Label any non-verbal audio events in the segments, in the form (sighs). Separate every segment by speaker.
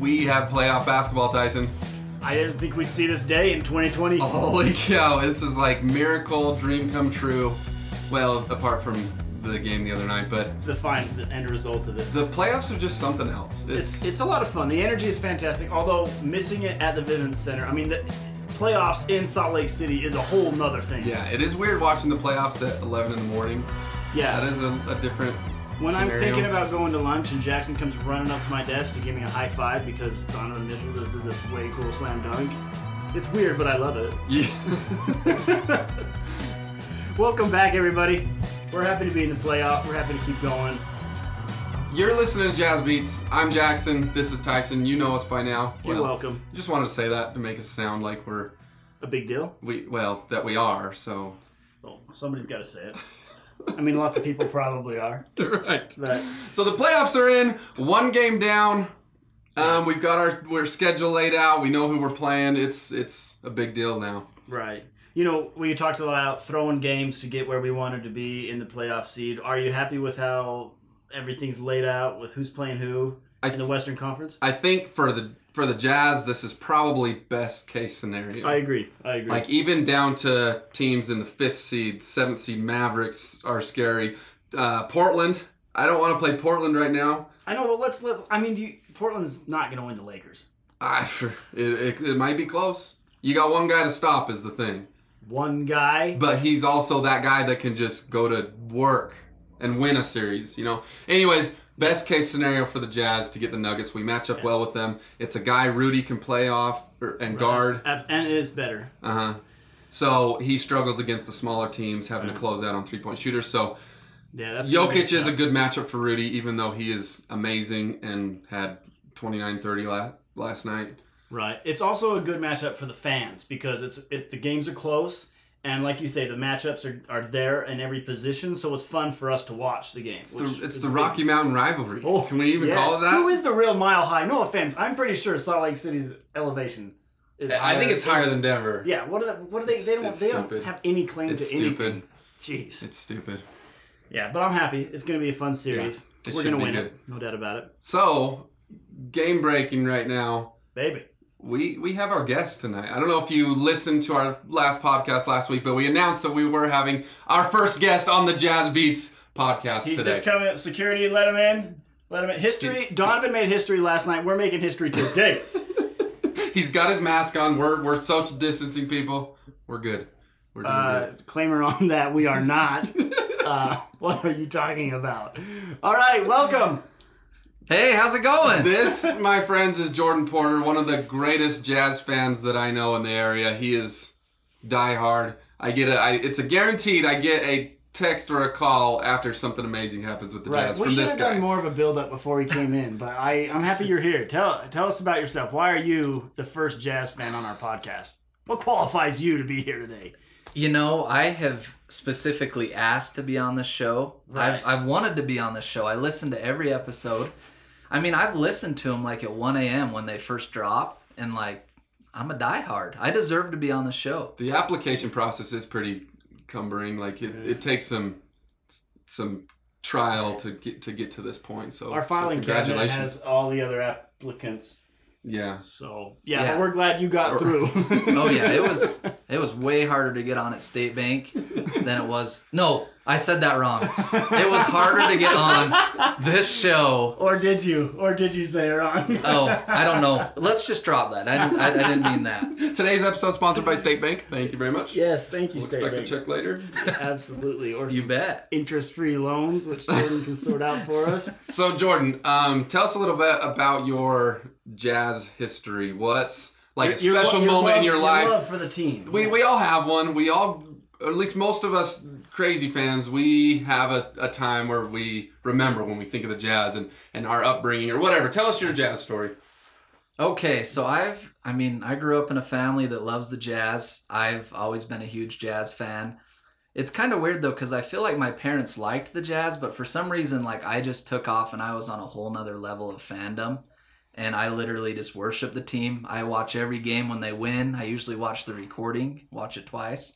Speaker 1: you have playoff basketball, Tyson?
Speaker 2: I didn't think we'd see this day in 2020.
Speaker 1: Holy cow, this is like miracle, dream come true. Well, apart from the game the other night, but
Speaker 2: The fine the end result of it.
Speaker 1: the playoffs are just something else.
Speaker 2: It's it's a lot of fun. The energy is fantastic. Although missing it at the Vivint Center, I mean, the playoffs in Salt Lake City is a whole nother thing.
Speaker 1: yeah, it is weird watching the playoffs at 11 in the morning.
Speaker 2: yeah.
Speaker 1: That is a, a different.
Speaker 2: when I'm
Speaker 1: scenario.
Speaker 2: thinking about going to lunch and Jackson comes running up to my desk to give me a high five because Donovan Mitchell did did this way cool slam dunk, it's weird, but I love it.
Speaker 1: Yeah.
Speaker 2: (laughs) Welcome back, everybody. We're happy to be in the playoffs. We're happy to keep going.
Speaker 1: (laughs) You're listening to Jazz Beats. I'm Jackson. This is Tyson. You know us by now.
Speaker 2: You're
Speaker 1: Well,
Speaker 2: welcome.
Speaker 1: Just wanted to say that to make us sound like we're
Speaker 2: A big deal.
Speaker 1: we well that we are. So
Speaker 2: Well, somebody's got to say it. I mean, lots of people probably are,
Speaker 1: right.
Speaker 2: but
Speaker 1: So the playoffs are in. One game down. Um, we've got our we're schedule laid out. We know who we're playing. It's it's a big deal now.
Speaker 2: Right. You know, we talked a lot about throwing games to get where we wanted to be in the playoff seed. Are you happy with how everything's laid out with who's playing who
Speaker 1: I
Speaker 2: in the Western Conference?
Speaker 1: I think for the for the Jazz, this is probably best case scenario.
Speaker 2: I agree. I agree.
Speaker 1: Like even down to teams in the fifth seed, seventh seed Mavericks are scary. Uh, Portland. I don't want to play Portland right now.
Speaker 2: I know, but let's let. I mean, do you, Portland's not going to win the Lakers.
Speaker 1: I, (laughs) it, it, it might be close. You got one guy to stop is the thing,
Speaker 2: One guy.
Speaker 1: but he's also that guy that can just go to work and win a series. You know. Anyways, best case scenario for the Jazz to get the Nuggets. We match up well with them. It's a guy Rudy can play off or, and guard.
Speaker 2: Ab- and it is better.
Speaker 1: Uh huh. So he struggles against the smaller teams, having to close out on three point shooters. So
Speaker 2: Yeah, that's gonna be
Speaker 1: Jokic is a
Speaker 2: tough.
Speaker 1: good matchup for Rudy, even though he is amazing and had 29 30 la- last night.
Speaker 2: right. It's also a good matchup for the fans because it's it, the games are close and like you say, the matchups are, are there in every position, so it's fun for us to watch the game.
Speaker 1: It's the, it's the Rocky Mountain rivalry.
Speaker 2: Oh,
Speaker 1: Can we even
Speaker 2: yeah.
Speaker 1: call it that?
Speaker 2: Who is the real Mile High? No offense, I'm pretty sure Salt Lake City's elevation is.
Speaker 1: I think it's higher
Speaker 2: is-
Speaker 1: than Denver.
Speaker 2: Yeah. What are the, What are they?
Speaker 1: It's-
Speaker 2: They don't.
Speaker 1: it's
Speaker 2: They don't
Speaker 1: stupid.
Speaker 2: have any claim
Speaker 1: It's
Speaker 2: to
Speaker 1: stupid.
Speaker 2: anything. Jeez.
Speaker 1: It's stupid.
Speaker 2: Yeah, but I'm happy. It's gonna be a fun series.
Speaker 1: Yeah, it
Speaker 2: We're
Speaker 1: should
Speaker 2: gonna
Speaker 1: be
Speaker 2: win
Speaker 1: good.
Speaker 2: it, no doubt about it,
Speaker 1: So, game breaking right now.
Speaker 2: baby.
Speaker 1: We we have our guest tonight. I don't know if you listened to our last podcast last week, but we announced that we were having our first guest on the Jazz Beats podcast
Speaker 2: He's
Speaker 1: today.
Speaker 2: just coming. Security, let him in. Let him in. History. Donovan made history last night. We're making history today.
Speaker 1: He's got his mask on. We're we're social distancing people. We're good. We're doing
Speaker 2: uh,
Speaker 1: good.
Speaker 2: claimer on that we are not. Uh, what are you talking about? All right, welcome.
Speaker 3: Hey, how's it going?
Speaker 1: This, my friends, is Jordan Porter, one of the greatest jazz fans that I know in the area. He is diehard. I get a, I, it's a guaranteed. I get a text or a call after something amazing happens with the
Speaker 2: Right.
Speaker 1: jazz
Speaker 2: we
Speaker 1: from
Speaker 2: should
Speaker 1: this
Speaker 2: have
Speaker 1: guy.
Speaker 2: done more of a build up before he came in, but I, I'm happy you're here. Tell tell us about yourself. Why are you the first jazz fan on our podcast? What qualifies you to be here today?
Speaker 3: You know, I have specifically asked to be on the show.
Speaker 2: Right.
Speaker 3: I've, I've wanted to be on the show. I listen to every episode. I mean, I've listened to them like at 1 a.m. when they first drop, and like, I'm a diehard. I deserve to be on the show.
Speaker 1: The application process is pretty cumbering. Like it, it takes some some trial to get to get to this point. So
Speaker 2: Our
Speaker 1: so
Speaker 2: filing cabinet
Speaker 1: congratulations.
Speaker 2: has all the other applicants.
Speaker 1: yeah.
Speaker 2: So yeah,
Speaker 3: Yeah.
Speaker 2: But we're glad you got through.
Speaker 1: (laughs)
Speaker 3: Oh yeah, it was it was way harder to get on at State Bank than it was. No, I said that wrong. It was harder to get on this show.
Speaker 2: or did you? Or did you say it wrong?
Speaker 3: Oh, I don't know. Let's just drop that. I, I, I didn't mean that.
Speaker 1: Today's episode sponsored by State Bank. Thank you very much.
Speaker 2: yes, thank you,
Speaker 1: We'll
Speaker 2: State
Speaker 1: expect a
Speaker 2: Bank.
Speaker 1: check later.
Speaker 2: Absolutely. Or
Speaker 3: You
Speaker 2: some
Speaker 3: bet.
Speaker 2: interest-free loans, which Jordan can sort out for us.
Speaker 1: So Jordan, um, tell us a little bit about your jazz history. What's like
Speaker 2: Your-
Speaker 1: a
Speaker 2: your
Speaker 1: special
Speaker 2: lo-
Speaker 1: moment in
Speaker 2: love-
Speaker 1: your life?
Speaker 2: love for the team.
Speaker 1: We we all have one. We all, or at least most of us crazy fans, we have a, a time where we remember when we think of the jazz and and our upbringing or whatever. Tell us your jazz story.
Speaker 3: Okay, so I've, I mean, I grew up in a family that loves the jazz. I've always been a huge jazz fan. It's kind of weird though, because I feel like my parents liked the jazz, but for some reason, like, I just took off and I was on a whole nother level of fandom. And I literally just worship the team. I watch every game when they win. I usually watch the recording, watch it twice.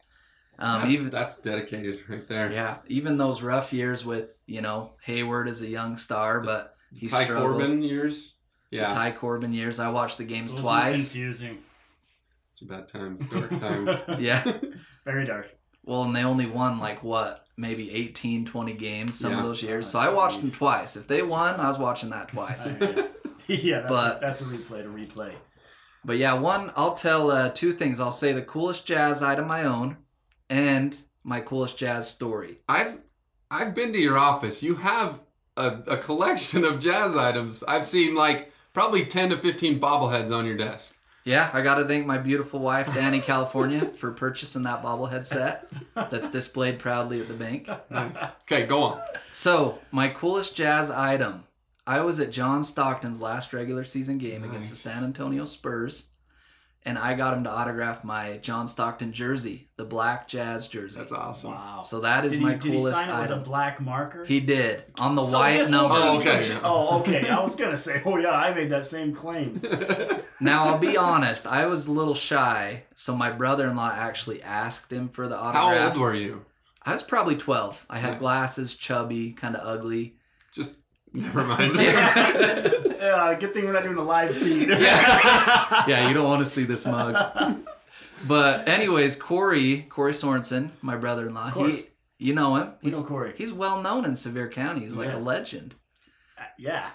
Speaker 3: Um,
Speaker 1: that's,
Speaker 3: even,
Speaker 1: that's dedicated right there.
Speaker 3: yeah, even those rough years with, you know, Hayward as a young star, but he
Speaker 1: Ty
Speaker 3: struggled.
Speaker 1: Corbin years.
Speaker 3: the
Speaker 1: Yeah,
Speaker 3: Ty Corbin years. I watched the games
Speaker 2: Those were
Speaker 3: twice.
Speaker 2: Confusing.
Speaker 1: it's bad times, dark
Speaker 2: (laughs)
Speaker 1: times.
Speaker 3: (laughs) Yeah.
Speaker 2: Very dark. (laughs)
Speaker 3: Well, and they only won like what, maybe 18, 20 games some
Speaker 1: Yeah.
Speaker 3: of those years.
Speaker 2: Oh,
Speaker 3: So I watched them
Speaker 2: jeez.
Speaker 3: twice. If they won, I was watching that twice.
Speaker 2: yeah, yeah that's,
Speaker 3: But-
Speaker 2: a, that's a replay to replay.
Speaker 3: But yeah, one, I'll tell uh, two things. I'll say the coolest jazz item I own and my coolest jazz story.
Speaker 1: I've I've been to your office. You have a, a collection of jazz items. I've seen like probably ten to fifteen bobbleheads on your desk.
Speaker 3: Yeah, I got to thank my beautiful
Speaker 2: (laughs)
Speaker 3: wife, Danny California, for purchasing that bobblehead set that's displayed proudly at the bank.
Speaker 1: Nice. Okay, go on.
Speaker 3: So, my coolest jazz item. I was at John Stockton's last regular season game against the
Speaker 1: Nice.
Speaker 3: San Antonio Spurs, and I got him to autograph my John Stockton jersey, the black jazz jersey.
Speaker 1: That's awesome. (laughs)
Speaker 2: Wow.
Speaker 3: So, that is
Speaker 2: did
Speaker 3: my
Speaker 2: he, did he
Speaker 3: coolest
Speaker 2: sign it
Speaker 3: item.
Speaker 2: with a black marker?
Speaker 3: He did on the
Speaker 2: So
Speaker 3: white
Speaker 2: little
Speaker 3: number.
Speaker 1: Oh,
Speaker 2: does
Speaker 1: okay.
Speaker 2: it- (laughs) oh, okay. I was gonna say, oh yeah, I made that
Speaker 1: (laughs)
Speaker 2: same claim. (laughs)
Speaker 3: Now I'll be honest, I was a little shy, so my brother-in-law actually asked him for the autograph.
Speaker 1: How old were you?
Speaker 3: I was probably 12. I had
Speaker 1: Yeah.
Speaker 3: glasses, chubby, kind of ugly.
Speaker 1: Just never
Speaker 3: (laughs)
Speaker 1: mind.
Speaker 2: (laughs) yeah, good thing we're not doing a live feed.
Speaker 3: Yeah, you don't want to see this mug. But anyways, Corey, Corey Sorensen, my brother-in-law,
Speaker 2: course.
Speaker 3: he you know him.
Speaker 2: (laughs) We
Speaker 3: He's,
Speaker 2: know Corey.
Speaker 3: He's well known in Sevier County. He's like
Speaker 2: Yeah.
Speaker 3: a legend.
Speaker 2: Uh, yeah.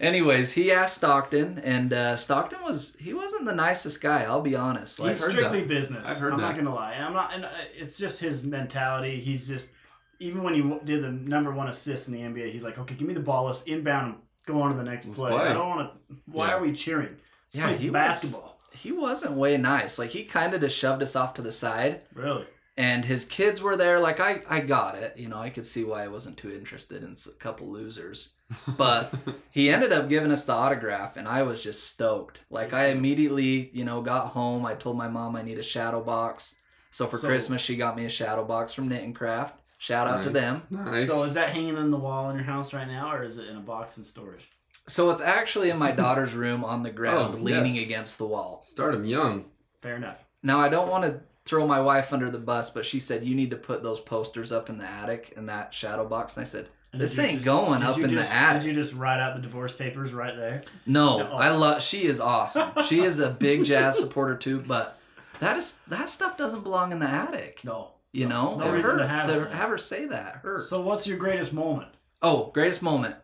Speaker 3: Anyways, he asked Stockton, and uh, Stockton was he wasn't the nicest guy. I'll be honest. Like,
Speaker 2: He's
Speaker 1: heard
Speaker 2: strictly business.
Speaker 1: I've heard
Speaker 2: I'm not
Speaker 1: that.
Speaker 2: gonna lie. I'm not. And uh, it's just his mentality. He's just even when he w- did the number one assist in the NBA, he's like, okay, give me the ball, let's inbound, and go on to the next
Speaker 1: Let's
Speaker 2: play.
Speaker 1: play.
Speaker 2: I don't want to. Why
Speaker 1: Yeah.
Speaker 2: are we cheering? Let's
Speaker 3: yeah,
Speaker 2: play
Speaker 3: he was.
Speaker 2: basketball.
Speaker 3: he wasn't way nice. Like he kind of just shoved us off to the side,
Speaker 2: Really?
Speaker 3: and his kids were there. Like I, I got it. You know, I could see why I wasn't too interested in s- a
Speaker 1: (laughs)
Speaker 3: couple losers. But he ended up giving us the autograph, and I was just stoked. Like I immediately, you know, got home. I told my mom I need a shadow box. So for
Speaker 2: So-
Speaker 3: Christmas, she got me a shadow box from Knit and Craft. Shout out to
Speaker 1: Nice.
Speaker 3: them.
Speaker 1: nice.
Speaker 2: So is that hanging on the wall in your house right now, or is it in a box in storage?
Speaker 3: So it's actually in my daughter's room on the ground,
Speaker 1: Oh,
Speaker 3: leaning
Speaker 1: yes.
Speaker 3: against the wall.
Speaker 1: Start him young.
Speaker 2: Fair enough.
Speaker 3: Now I don't want to throw my wife under the bus, but she said you need to put those posters up in the attic in that shadow box. And I said,
Speaker 2: And
Speaker 3: This
Speaker 2: did you
Speaker 3: ain't going
Speaker 2: did
Speaker 3: up
Speaker 2: you
Speaker 3: in the
Speaker 2: just-
Speaker 3: attic.
Speaker 2: Did you just write out the divorce papers right there?
Speaker 3: "No,
Speaker 2: No.
Speaker 3: I love. She is awesome. she is a big jazz supporter too, but that is that stuff doesn't belong in the attic.
Speaker 2: No.
Speaker 3: You know,
Speaker 2: no
Speaker 3: It
Speaker 2: reason to
Speaker 3: hurt
Speaker 2: have it there.
Speaker 3: have her say that hurt.
Speaker 2: So what's your greatest moment?
Speaker 3: Oh, greatest moment.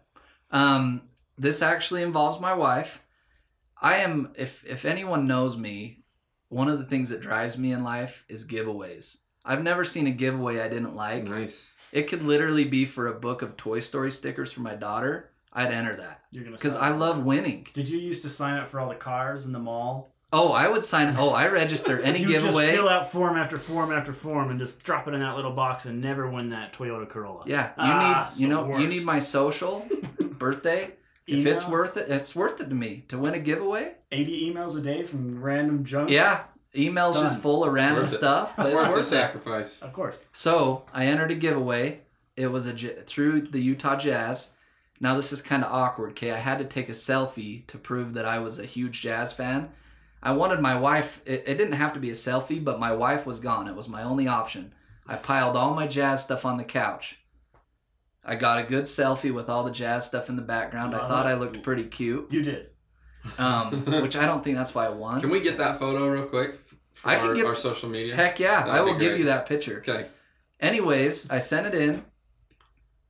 Speaker 3: Um, this actually involves my wife. I am if if anyone knows me, one of the things that drives me in life is giveaways. I've never seen a giveaway I didn't like.
Speaker 2: Mm-hmm.
Speaker 1: Nice.
Speaker 3: It could literally be for a book of Toy Story stickers for my daughter. I'd enter that
Speaker 2: You're gonna
Speaker 3: because
Speaker 2: sign
Speaker 3: I
Speaker 2: up.
Speaker 3: love winning.
Speaker 2: Did you used to sign up for all the cars in the mall?
Speaker 3: Oh, I would sign. Oh,
Speaker 2: (laughs)
Speaker 3: I register any
Speaker 2: you
Speaker 3: giveaway.
Speaker 2: just fill out form after form after form and just drop it in that little box and never win that Toyota Corolla.
Speaker 3: yeah, you
Speaker 2: Ah,
Speaker 3: need you
Speaker 2: it's
Speaker 3: know
Speaker 2: the
Speaker 3: you
Speaker 2: worst.
Speaker 3: need
Speaker 2: (laughs)
Speaker 3: my social, birthday. If it's
Speaker 2: Email?
Speaker 3: worth it, it's worth it to me to win a giveaway.
Speaker 2: 80 emails a day from random junk.
Speaker 3: Yeah, emails
Speaker 2: Done.
Speaker 3: just full of random
Speaker 1: worth it. (laughs)
Speaker 3: stuff, but it's
Speaker 1: Worth the
Speaker 3: worth it.
Speaker 1: sacrifice.
Speaker 2: Of course.
Speaker 3: So I entered a giveaway. It was a j- through the Utah Jazz. Now this is kind of awkward. Okay, I had to take a selfie to prove that I was a huge jazz fan. I wanted my wife. It, it didn't have to be a selfie, but my wife was gone. It was my only option. I piled all my jazz stuff on the couch. I got a good selfie with all the jazz stuff in the background. I
Speaker 2: Wow.
Speaker 3: thought I looked pretty cute,
Speaker 2: You did.
Speaker 1: (laughs)
Speaker 3: um, which I don't think that's why I won.
Speaker 1: Can we get that photo real quick f- for
Speaker 3: I can
Speaker 1: our,
Speaker 3: get-
Speaker 1: our social media?
Speaker 3: Heck yeah!
Speaker 1: That'd
Speaker 3: I
Speaker 1: be
Speaker 3: will give
Speaker 1: great.
Speaker 3: you that picture.
Speaker 1: Okay.
Speaker 3: Anyways, I sent it in,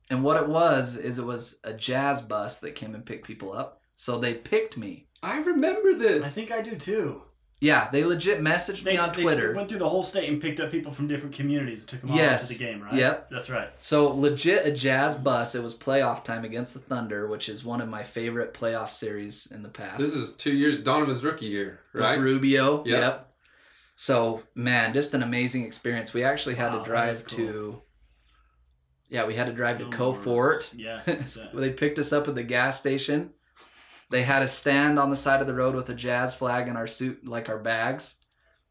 Speaker 3: and what it was is it was a jazz bus that came and picked people up. So they picked me.
Speaker 1: I remember this.
Speaker 2: I think I do too.
Speaker 3: Yeah, they legit messaged me on Twitter.
Speaker 2: went through the whole state and picked up people from different communities and took them all
Speaker 3: Yes.
Speaker 2: to the game, right?
Speaker 3: Yep.
Speaker 2: That's right.
Speaker 3: so legit a jazz bus. It was playoff time against the Thunder, which is one of my favorite playoff series in the past.
Speaker 1: this is two years Donovan's rookie year,
Speaker 3: with
Speaker 1: right?
Speaker 3: Rubio.
Speaker 1: Yep.
Speaker 3: Yep. So man, just an amazing experience. We actually had
Speaker 2: Wow,
Speaker 3: to
Speaker 2: that is cool.
Speaker 3: drive to. Yeah, we had to drive to
Speaker 2: Fillmore.
Speaker 3: (laughs) Cofort.
Speaker 2: Yes.
Speaker 3: Well, they picked us up at the gas station. They had a stand on the side of the road with a jazz flag in our suit, like our bags,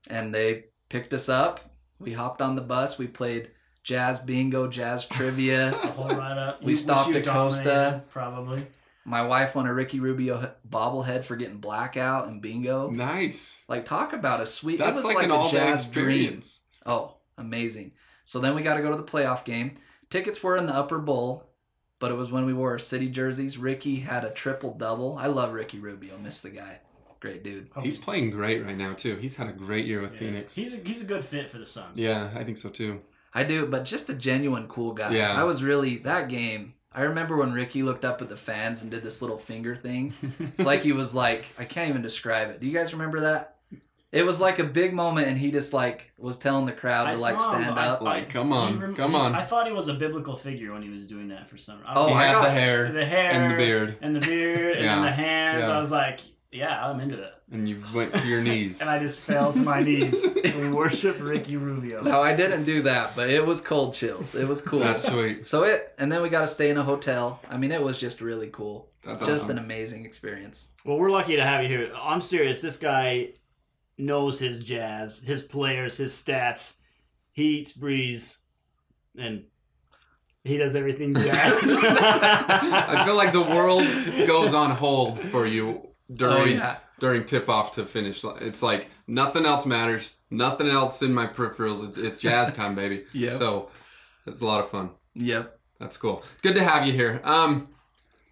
Speaker 3: and they picked us up. We hopped on the bus. We played jazz
Speaker 1: (laughs)
Speaker 3: bingo, jazz trivia.
Speaker 2: The whole ride up.
Speaker 3: We
Speaker 2: You-
Speaker 3: stopped
Speaker 2: you
Speaker 3: at Costa.
Speaker 2: dominated, Probably.
Speaker 3: My wife won a Ricky Rubio bobblehead for getting blackout and bingo.
Speaker 1: Nice.
Speaker 3: Like talk about a sweet. it
Speaker 1: That's
Speaker 3: was
Speaker 1: like,
Speaker 3: like,
Speaker 1: an
Speaker 3: a
Speaker 1: all day
Speaker 3: jazz dream.
Speaker 1: experience.
Speaker 3: Oh, amazing! So then we got to go to the playoff game. Tickets were in the upper bowl, but it was when we wore our city jerseys. Ricky had a triple double. I love Ricky Rubio. Miss the guy. Great dude.
Speaker 1: He's playing great right now too. He's had a great year with
Speaker 2: Yeah.
Speaker 1: Phoenix.
Speaker 2: He's a, he's a good fit for the Suns.
Speaker 1: Yeah, I think so too.
Speaker 3: I do, but just a genuine cool guy.
Speaker 1: Yeah.
Speaker 3: I was really that game. I remember when Ricky looked up at the fans and did this little finger thing. It's like he was like, I can't even describe it. Do you guys remember that? It was like a big moment, and he just like was telling the crowd
Speaker 2: I
Speaker 3: to like
Speaker 2: saw him,
Speaker 3: stand
Speaker 2: I-
Speaker 3: up.
Speaker 1: Like, come
Speaker 2: he
Speaker 1: on,
Speaker 2: rem-
Speaker 1: come
Speaker 2: he-
Speaker 1: on.
Speaker 2: I thought he was a biblical figure when he was doing that for some. I
Speaker 3: Oh,
Speaker 1: he
Speaker 3: I
Speaker 1: had
Speaker 3: got-
Speaker 1: the hair
Speaker 2: the hair
Speaker 1: and the beard,
Speaker 2: and the beard, and
Speaker 1: Yeah.
Speaker 2: then the hands.
Speaker 1: Yeah.
Speaker 2: I was like, yeah, I'm into it.
Speaker 1: and you went to
Speaker 3: (laughs)
Speaker 1: your knees.
Speaker 2: And I just fell to my knees and worship Ricky Rubio.
Speaker 3: no, I didn't do that, but it was cold chills. It was cool.
Speaker 1: That's sweet.
Speaker 3: so it, and then we got to stay in a hotel. I mean, it was just really cool.
Speaker 1: That's
Speaker 3: just
Speaker 1: awesome.
Speaker 3: an amazing experience.
Speaker 2: Well, we're lucky to have you here. I'm serious. This guy knows his jazz, his players, his stats. He eats, breathes, and he does
Speaker 3: (laughs)
Speaker 2: everything jazz. (laughs)
Speaker 1: I feel like the world goes on hold for you during
Speaker 3: oh yeah,
Speaker 1: during tip off to finish. li- It's like nothing else matters. Nothing else in my peripherals. It's it's jazz time, baby.
Speaker 3: (laughs) Yep.
Speaker 1: So it's a lot of fun.
Speaker 3: yep.
Speaker 1: That's cool. Good to have you here. Um,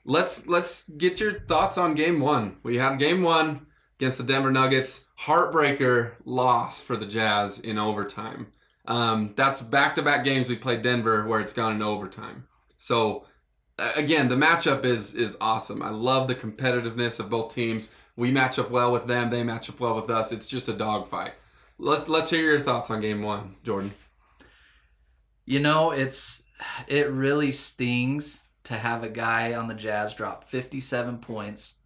Speaker 1: let's let's get your thoughts on game one. We had game one against the Denver Nuggets, heartbreaker loss for the Jazz in overtime. Um, that's back to back games we played Denver where it's gone in overtime. So a- again, the matchup is is awesome. I love the competitiveness of both teams. We match up well with them. They match up well with us. It's just a dogfight. Let's let's hear your thoughts on game one, Jordan.
Speaker 3: You know, it's it really stings to have a guy on the Jazz drop 57 points,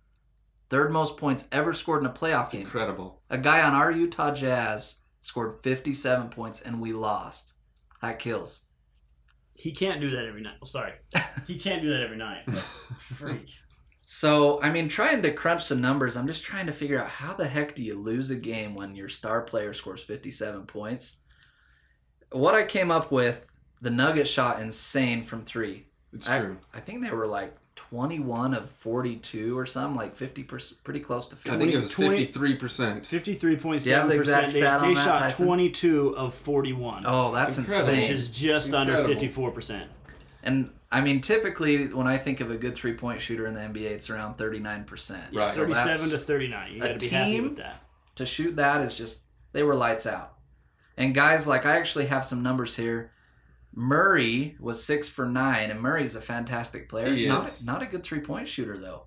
Speaker 3: third most points ever scored in a playoff game.
Speaker 1: Incredible.
Speaker 3: A guy on our Utah Jazz scored 57 points and we lost. That kills.
Speaker 2: he can't do that every night. Oh, sorry, he can't do that every night.
Speaker 3: (laughs)
Speaker 2: Freak.
Speaker 3: So, I mean, trying to crunch some numbers, I'm just trying to figure out how the heck do you lose a game when your star player scores 57 points? What I came up with, the Nuggets shot insane from three.
Speaker 1: It's
Speaker 3: I-
Speaker 1: true.
Speaker 3: I think they were like 21 of 42 or something, like 50%, pretty close to
Speaker 1: I
Speaker 3: 50.
Speaker 1: think it was
Speaker 2: 20
Speaker 1: fifty-three percent.
Speaker 2: Fifty-three point
Speaker 3: Do you have
Speaker 2: seven
Speaker 3: the
Speaker 2: percent.
Speaker 3: exact
Speaker 2: They,
Speaker 3: stat on
Speaker 2: they
Speaker 3: that,
Speaker 2: shot
Speaker 3: Tyson?
Speaker 2: twenty-two of forty-one,
Speaker 3: Oh, that's
Speaker 1: It's incredible.
Speaker 2: which
Speaker 3: insane.
Speaker 2: is just under
Speaker 1: Incredible.
Speaker 2: fifty-four percent.
Speaker 3: And I mean, typically when I think of a good three point shooter in the NBA, it's around 39%.
Speaker 1: Right.
Speaker 3: So
Speaker 2: Thirty-seven
Speaker 3: that's-
Speaker 2: to thirty-nine. You
Speaker 3: a
Speaker 2: got to be happy
Speaker 3: team-
Speaker 2: with that.
Speaker 3: to shoot that is just, they were lights out. And guys, like, I actually have some numbers here. Murray was six for nine, and Murray's a fantastic player.
Speaker 1: He
Speaker 3: Not,
Speaker 1: is.
Speaker 3: not a good three point shooter, though.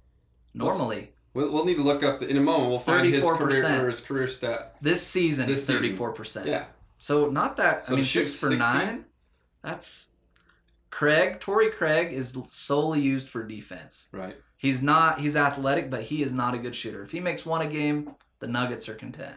Speaker 1: What's-
Speaker 3: Normally,
Speaker 1: We'll, we'll need to look up the, in a moment. We'll find his career
Speaker 3: 34%.
Speaker 1: or his career stat.
Speaker 3: this season
Speaker 1: This
Speaker 3: is
Speaker 1: season.
Speaker 3: 34%.
Speaker 1: Yeah,
Speaker 3: So not that.
Speaker 1: So
Speaker 3: I
Speaker 1: to
Speaker 3: mean,
Speaker 1: shoot
Speaker 3: six for
Speaker 1: 60?
Speaker 3: nine. That's Craig. Torrey Craig is solely used for defense.
Speaker 1: right.
Speaker 3: He's not. He's athletic, but he is not a good shooter. If he makes one a game, the Nuggets are content.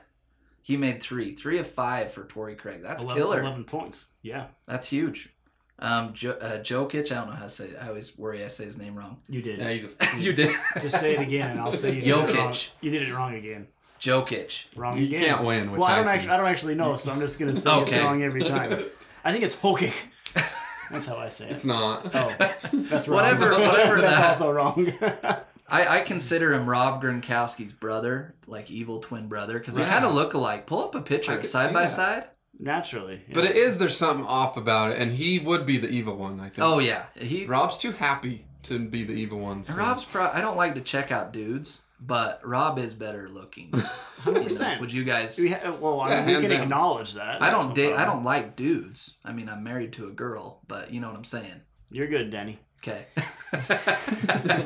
Speaker 3: He made three, three of five for Torrey Craig. That's
Speaker 2: 11,
Speaker 3: killer.
Speaker 2: Eleven points. Yeah,
Speaker 3: That's huge. Um, jo- uh, Jokic. I don't know how to say. It. I always worry I say his name wrong.
Speaker 2: you did.
Speaker 1: Yeah, he's a, (laughs)
Speaker 3: you did.
Speaker 2: (laughs) Just say it again, and I'll say you did it wrong.
Speaker 3: Jokic.
Speaker 2: You did it wrong again.
Speaker 3: Jokic.
Speaker 2: Wrong
Speaker 1: you
Speaker 2: again.
Speaker 1: can't win with
Speaker 2: Well, I don't,
Speaker 1: Tyson.
Speaker 2: actually, I don't actually know, so I'm just gonna say
Speaker 3: Okay.
Speaker 2: it's wrong every time. I think it's Hokic. That's how I say
Speaker 1: (laughs)
Speaker 2: it.
Speaker 1: it's not.
Speaker 2: (laughs) Oh, that's wrong. (laughs)
Speaker 3: Whatever- whatever
Speaker 2: that's
Speaker 3: that-
Speaker 2: also wrong. (laughs)
Speaker 3: I, I consider him Rob Gronkowski's brother, like evil twin brother, because they had a
Speaker 1: Right.
Speaker 3: look-alike. Pull up a
Speaker 1: I
Speaker 3: picture
Speaker 1: could
Speaker 3: side
Speaker 1: see
Speaker 3: by
Speaker 1: that.
Speaker 3: side.
Speaker 2: Naturally, yeah.
Speaker 1: But it is there's something off about it, and he would be the evil one. I think.
Speaker 3: Oh yeah, he
Speaker 1: Rob's too happy to be the evil one. so-
Speaker 3: And Rob's pro- I don't like to check out dudes, but Rob is better
Speaker 1: (laughs)
Speaker 3: looking. You know,
Speaker 2: 100%.
Speaker 3: Would you guys?
Speaker 2: We ha- well, I mean,
Speaker 1: Yeah,
Speaker 2: we
Speaker 1: hands
Speaker 2: can
Speaker 1: down.
Speaker 2: acknowledge that.
Speaker 3: I
Speaker 2: That's
Speaker 3: don't
Speaker 2: no
Speaker 3: date. I
Speaker 2: problem.
Speaker 3: don't like dudes. I mean, I'm married to a girl, but you know what I'm saying.
Speaker 2: You're good, Danny.
Speaker 1: (laughs)
Speaker 3: Okay. (laughs)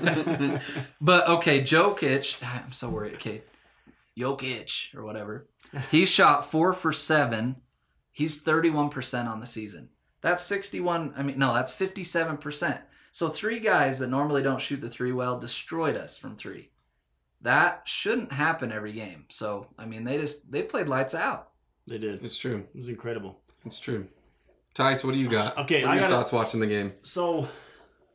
Speaker 3: but okay, Jokic. (sighs) I'm so worried. Okay, Jokic or
Speaker 1: (laughs)
Speaker 3: whatever. He shot four for seven. He's 31 percent on the season. That's 61. I mean, no, that's 57 percent. So three guys that normally don't shoot the three well destroyed us from three. That shouldn't happen every game. So I mean, they just they played lights out.
Speaker 2: They did. It
Speaker 1: It's true.
Speaker 2: was incredible.
Speaker 1: It's true. Tice, what do you got?
Speaker 2: Okay,
Speaker 1: what are
Speaker 2: I
Speaker 1: your
Speaker 2: gotta-
Speaker 1: thoughts watching the game?
Speaker 2: So,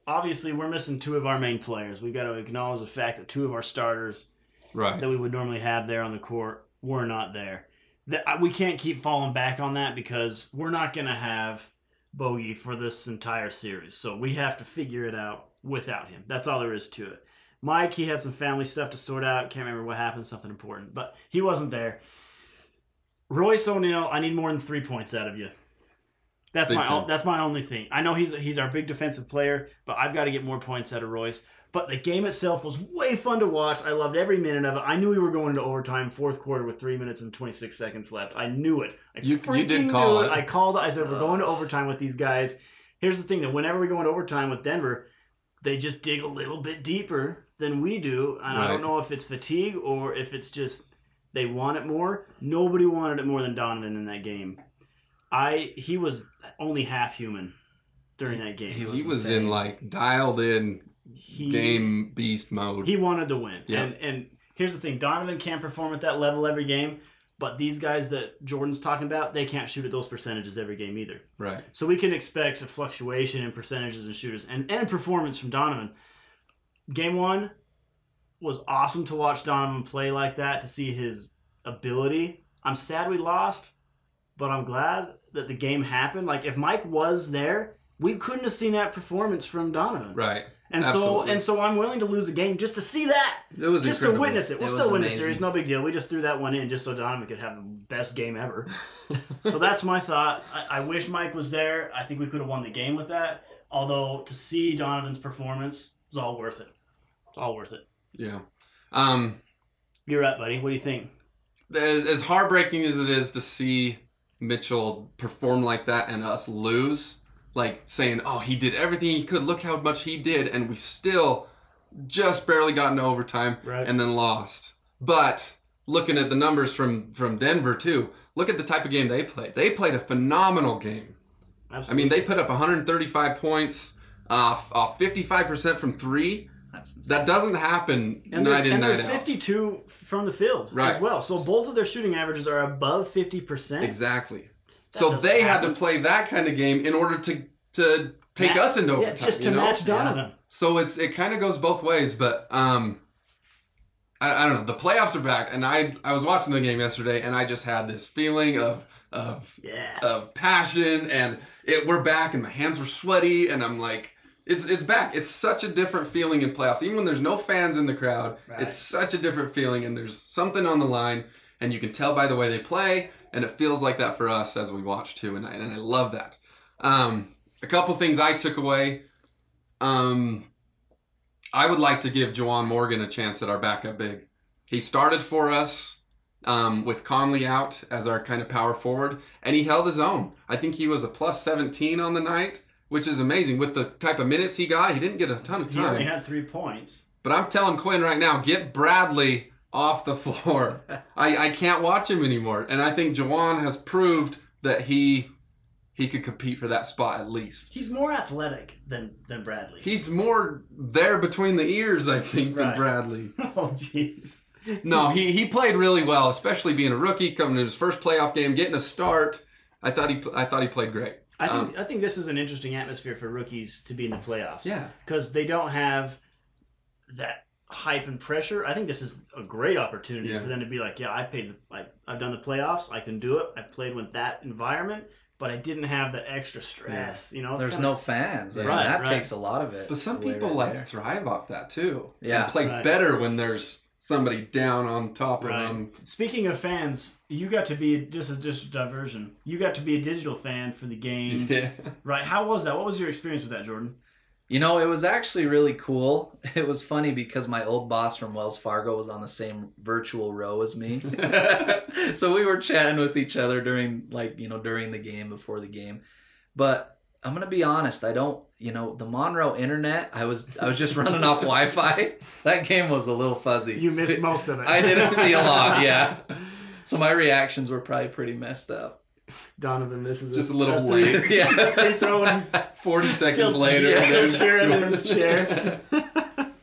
Speaker 2: obviously, we're missing two of our main players. We've got to acknowledge the fact that two of our starters
Speaker 1: Right.
Speaker 2: that we would normally have there on the court were not there. That I- we can't keep falling back on that because we're not going to have Bogey for this entire series. So we have to figure it out without him. That's all there is to it. Mike, he had some family stuff to sort out. Can't remember what happened, something important, but he wasn't there. Royce O'Neal, I need more than three points out of you. That's
Speaker 1: Big
Speaker 2: my
Speaker 1: time.
Speaker 2: that's my only thing. I know he's he's our big defensive player, but I've got to get more points out of Royce. But the game itself was way fun to watch. I loved every minute of it. I knew we were going to overtime, fourth quarter with three minutes and twenty six seconds left. I knew it. I
Speaker 1: You- you
Speaker 2: freaking
Speaker 1: did call
Speaker 2: knew
Speaker 1: it.
Speaker 2: I called. it. I said we're
Speaker 3: Uh.
Speaker 2: going to overtime with these guys. Here's the thing: that whenever we go into overtime with Denver, they just dig a little bit deeper than we do, and I
Speaker 1: Right.
Speaker 2: don't know if it's fatigue or if it's just they want it more. Nobody wanted it more than Donovan in that game. I he was only half human during that game.
Speaker 3: He
Speaker 1: He
Speaker 3: was
Speaker 1: was,
Speaker 3: insane.
Speaker 1: in like dialed in
Speaker 2: He,
Speaker 1: game beast mode.
Speaker 2: He wanted to win.
Speaker 1: Yeah.
Speaker 2: And and here's the thing, Donovan can't perform at that level every game, but these guys that Jordan's talking about, they can't shoot at those percentages every game either.
Speaker 1: right.
Speaker 2: So we can expect a fluctuation in percentages and shooters and, and performance from Donovan. Game one was awesome to watch Donovan play like that, to see his ability. I'm sad we lost, but I'm glad that the game happened. Like if Mike was there, we couldn't have seen that performance from Donovan.
Speaker 1: Right.
Speaker 2: And so
Speaker 1: absolutely.
Speaker 2: and so I'm willing to lose a game just to see that.
Speaker 1: It was
Speaker 2: just
Speaker 1: incredible.
Speaker 2: to witness it. We'll
Speaker 3: It was
Speaker 2: still win the
Speaker 3: amazing.
Speaker 2: series, no big deal. We just threw that one in just so Donovan could have the best game ever. (laughs) so that's my thought. I, I wish Mike was there. I think we could have won the game with that. Although to see Donovan's performance is all worth it. It's all worth it.
Speaker 1: Yeah. Um.
Speaker 2: You're up, buddy. What do you think?
Speaker 1: as, as heartbreaking as it is to see Mitchell perform like that and us lose, like saying, "Oh, he did everything he could. Look how much he did," and we still just barely got into overtime
Speaker 2: Right.
Speaker 1: and then lost. But looking at the numbers from from Denver too, look at the type of game they played. They played a phenomenal game. I
Speaker 2: Absolutely.
Speaker 1: mean, they put up 135 points uh, off off 55% from 3.
Speaker 3: That's insane.
Speaker 1: That doesn't happen
Speaker 2: and
Speaker 1: night
Speaker 2: they're,
Speaker 1: in
Speaker 2: and
Speaker 1: night
Speaker 2: they're
Speaker 1: out.
Speaker 2: 52 from the field as
Speaker 1: Right.
Speaker 2: well. So both of their shooting averages are above 50%.
Speaker 1: Exactly. so
Speaker 2: doesn't
Speaker 1: they
Speaker 2: happen.
Speaker 1: had to play that kind of game in order to to take
Speaker 2: Ma-
Speaker 1: us into
Speaker 2: yeah,
Speaker 1: overtime.
Speaker 2: just to
Speaker 1: you know?
Speaker 2: match Donovan.
Speaker 1: So it's it kind of goes both ways, but um, I, I don't know. The playoffs are back, and I I was watching the game yesterday, and I just had this feeling of of
Speaker 2: Yeah.
Speaker 1: of passion, and it we're back, and my hands were sweaty, and I'm like. It's, it's back. It's such a different feeling in playoffs. Even when there's no fans in the crowd,
Speaker 2: Right.
Speaker 1: it's such a different feeling, and there's something on the line, and you can tell by the way they play, and it feels like that for us as we watch too, and I, and I love that. Um, a couple things I took away. Um, I would like to give Jawan Morgan a chance at our backup big. He started for us um, with Conley out as our kind of power forward, and he held his own. I think he was a plus 17 on the night, which is amazing. With the type of minutes he got, he didn't get a ton of
Speaker 2: He only
Speaker 1: time.
Speaker 2: had three points.
Speaker 1: But I'm telling Quinn right now, get Bradley off the floor. (laughs) I, I can't watch him anymore. And I think Jawan has proved that he he could compete for that spot at least.
Speaker 2: He's more athletic than, than Bradley.
Speaker 1: He's more there between the ears, I think,
Speaker 2: Right.
Speaker 1: than Bradley.
Speaker 2: (laughs) oh, jeez.
Speaker 1: No, he, he played really well, especially being a rookie, coming in his first playoff game, getting a start. I thought he I thought he played great.
Speaker 2: I
Speaker 1: Um,
Speaker 2: think I think this is an interesting atmosphere for rookies to be in the playoffs.
Speaker 1: Yeah.
Speaker 2: because they don't have that hype and pressure. I think this is a great opportunity
Speaker 1: Yeah.
Speaker 2: for them to be like, yeah, I paid, the, I, I've done the playoffs, I can do it. I played with that environment, but I didn't have the extra stress. You know, it's
Speaker 3: There's
Speaker 2: kinda-
Speaker 3: no fans. I mean,
Speaker 2: Right,
Speaker 3: that
Speaker 2: right.
Speaker 3: takes a lot of it.
Speaker 1: But some
Speaker 3: away
Speaker 1: people
Speaker 3: right
Speaker 1: like
Speaker 3: there.
Speaker 1: thrive off that too.
Speaker 3: Yeah.
Speaker 1: And play
Speaker 2: Right.
Speaker 1: better when there's somebody down on top of them.
Speaker 2: Speaking of fans, you got to be just as just a diversion. You got to be a digital fan for the game,
Speaker 1: (laughs) Yeah.
Speaker 2: right? How was that? What was your experience with that, Jordan?
Speaker 3: You know, it was actually really cool. (laughs) It was funny because my old boss from Wells Fargo was on the same virtual row
Speaker 2: (laughs)
Speaker 3: as me. (laughs) so we were chatting with each other during like, you know, during the game, before the game. But I'm gonna be honest, I don't you know, the Monroe internet, I was I was just
Speaker 2: (laughs)
Speaker 3: running off Wi Fi. That game was a little fuzzy.
Speaker 2: You missed most of it.
Speaker 3: I didn't see a
Speaker 2: (laughs)
Speaker 3: lot, yeah. So my reactions were probably pretty messed up. (laughs)
Speaker 2: Donovan misses
Speaker 1: Just a little
Speaker 2: three-
Speaker 1: late.
Speaker 3: Yeah.
Speaker 2: free throw and he's
Speaker 1: 40 seconds
Speaker 2: (laughs) still,
Speaker 1: later.
Speaker 2: he's still
Speaker 1: they're-
Speaker 2: cheering in his chair.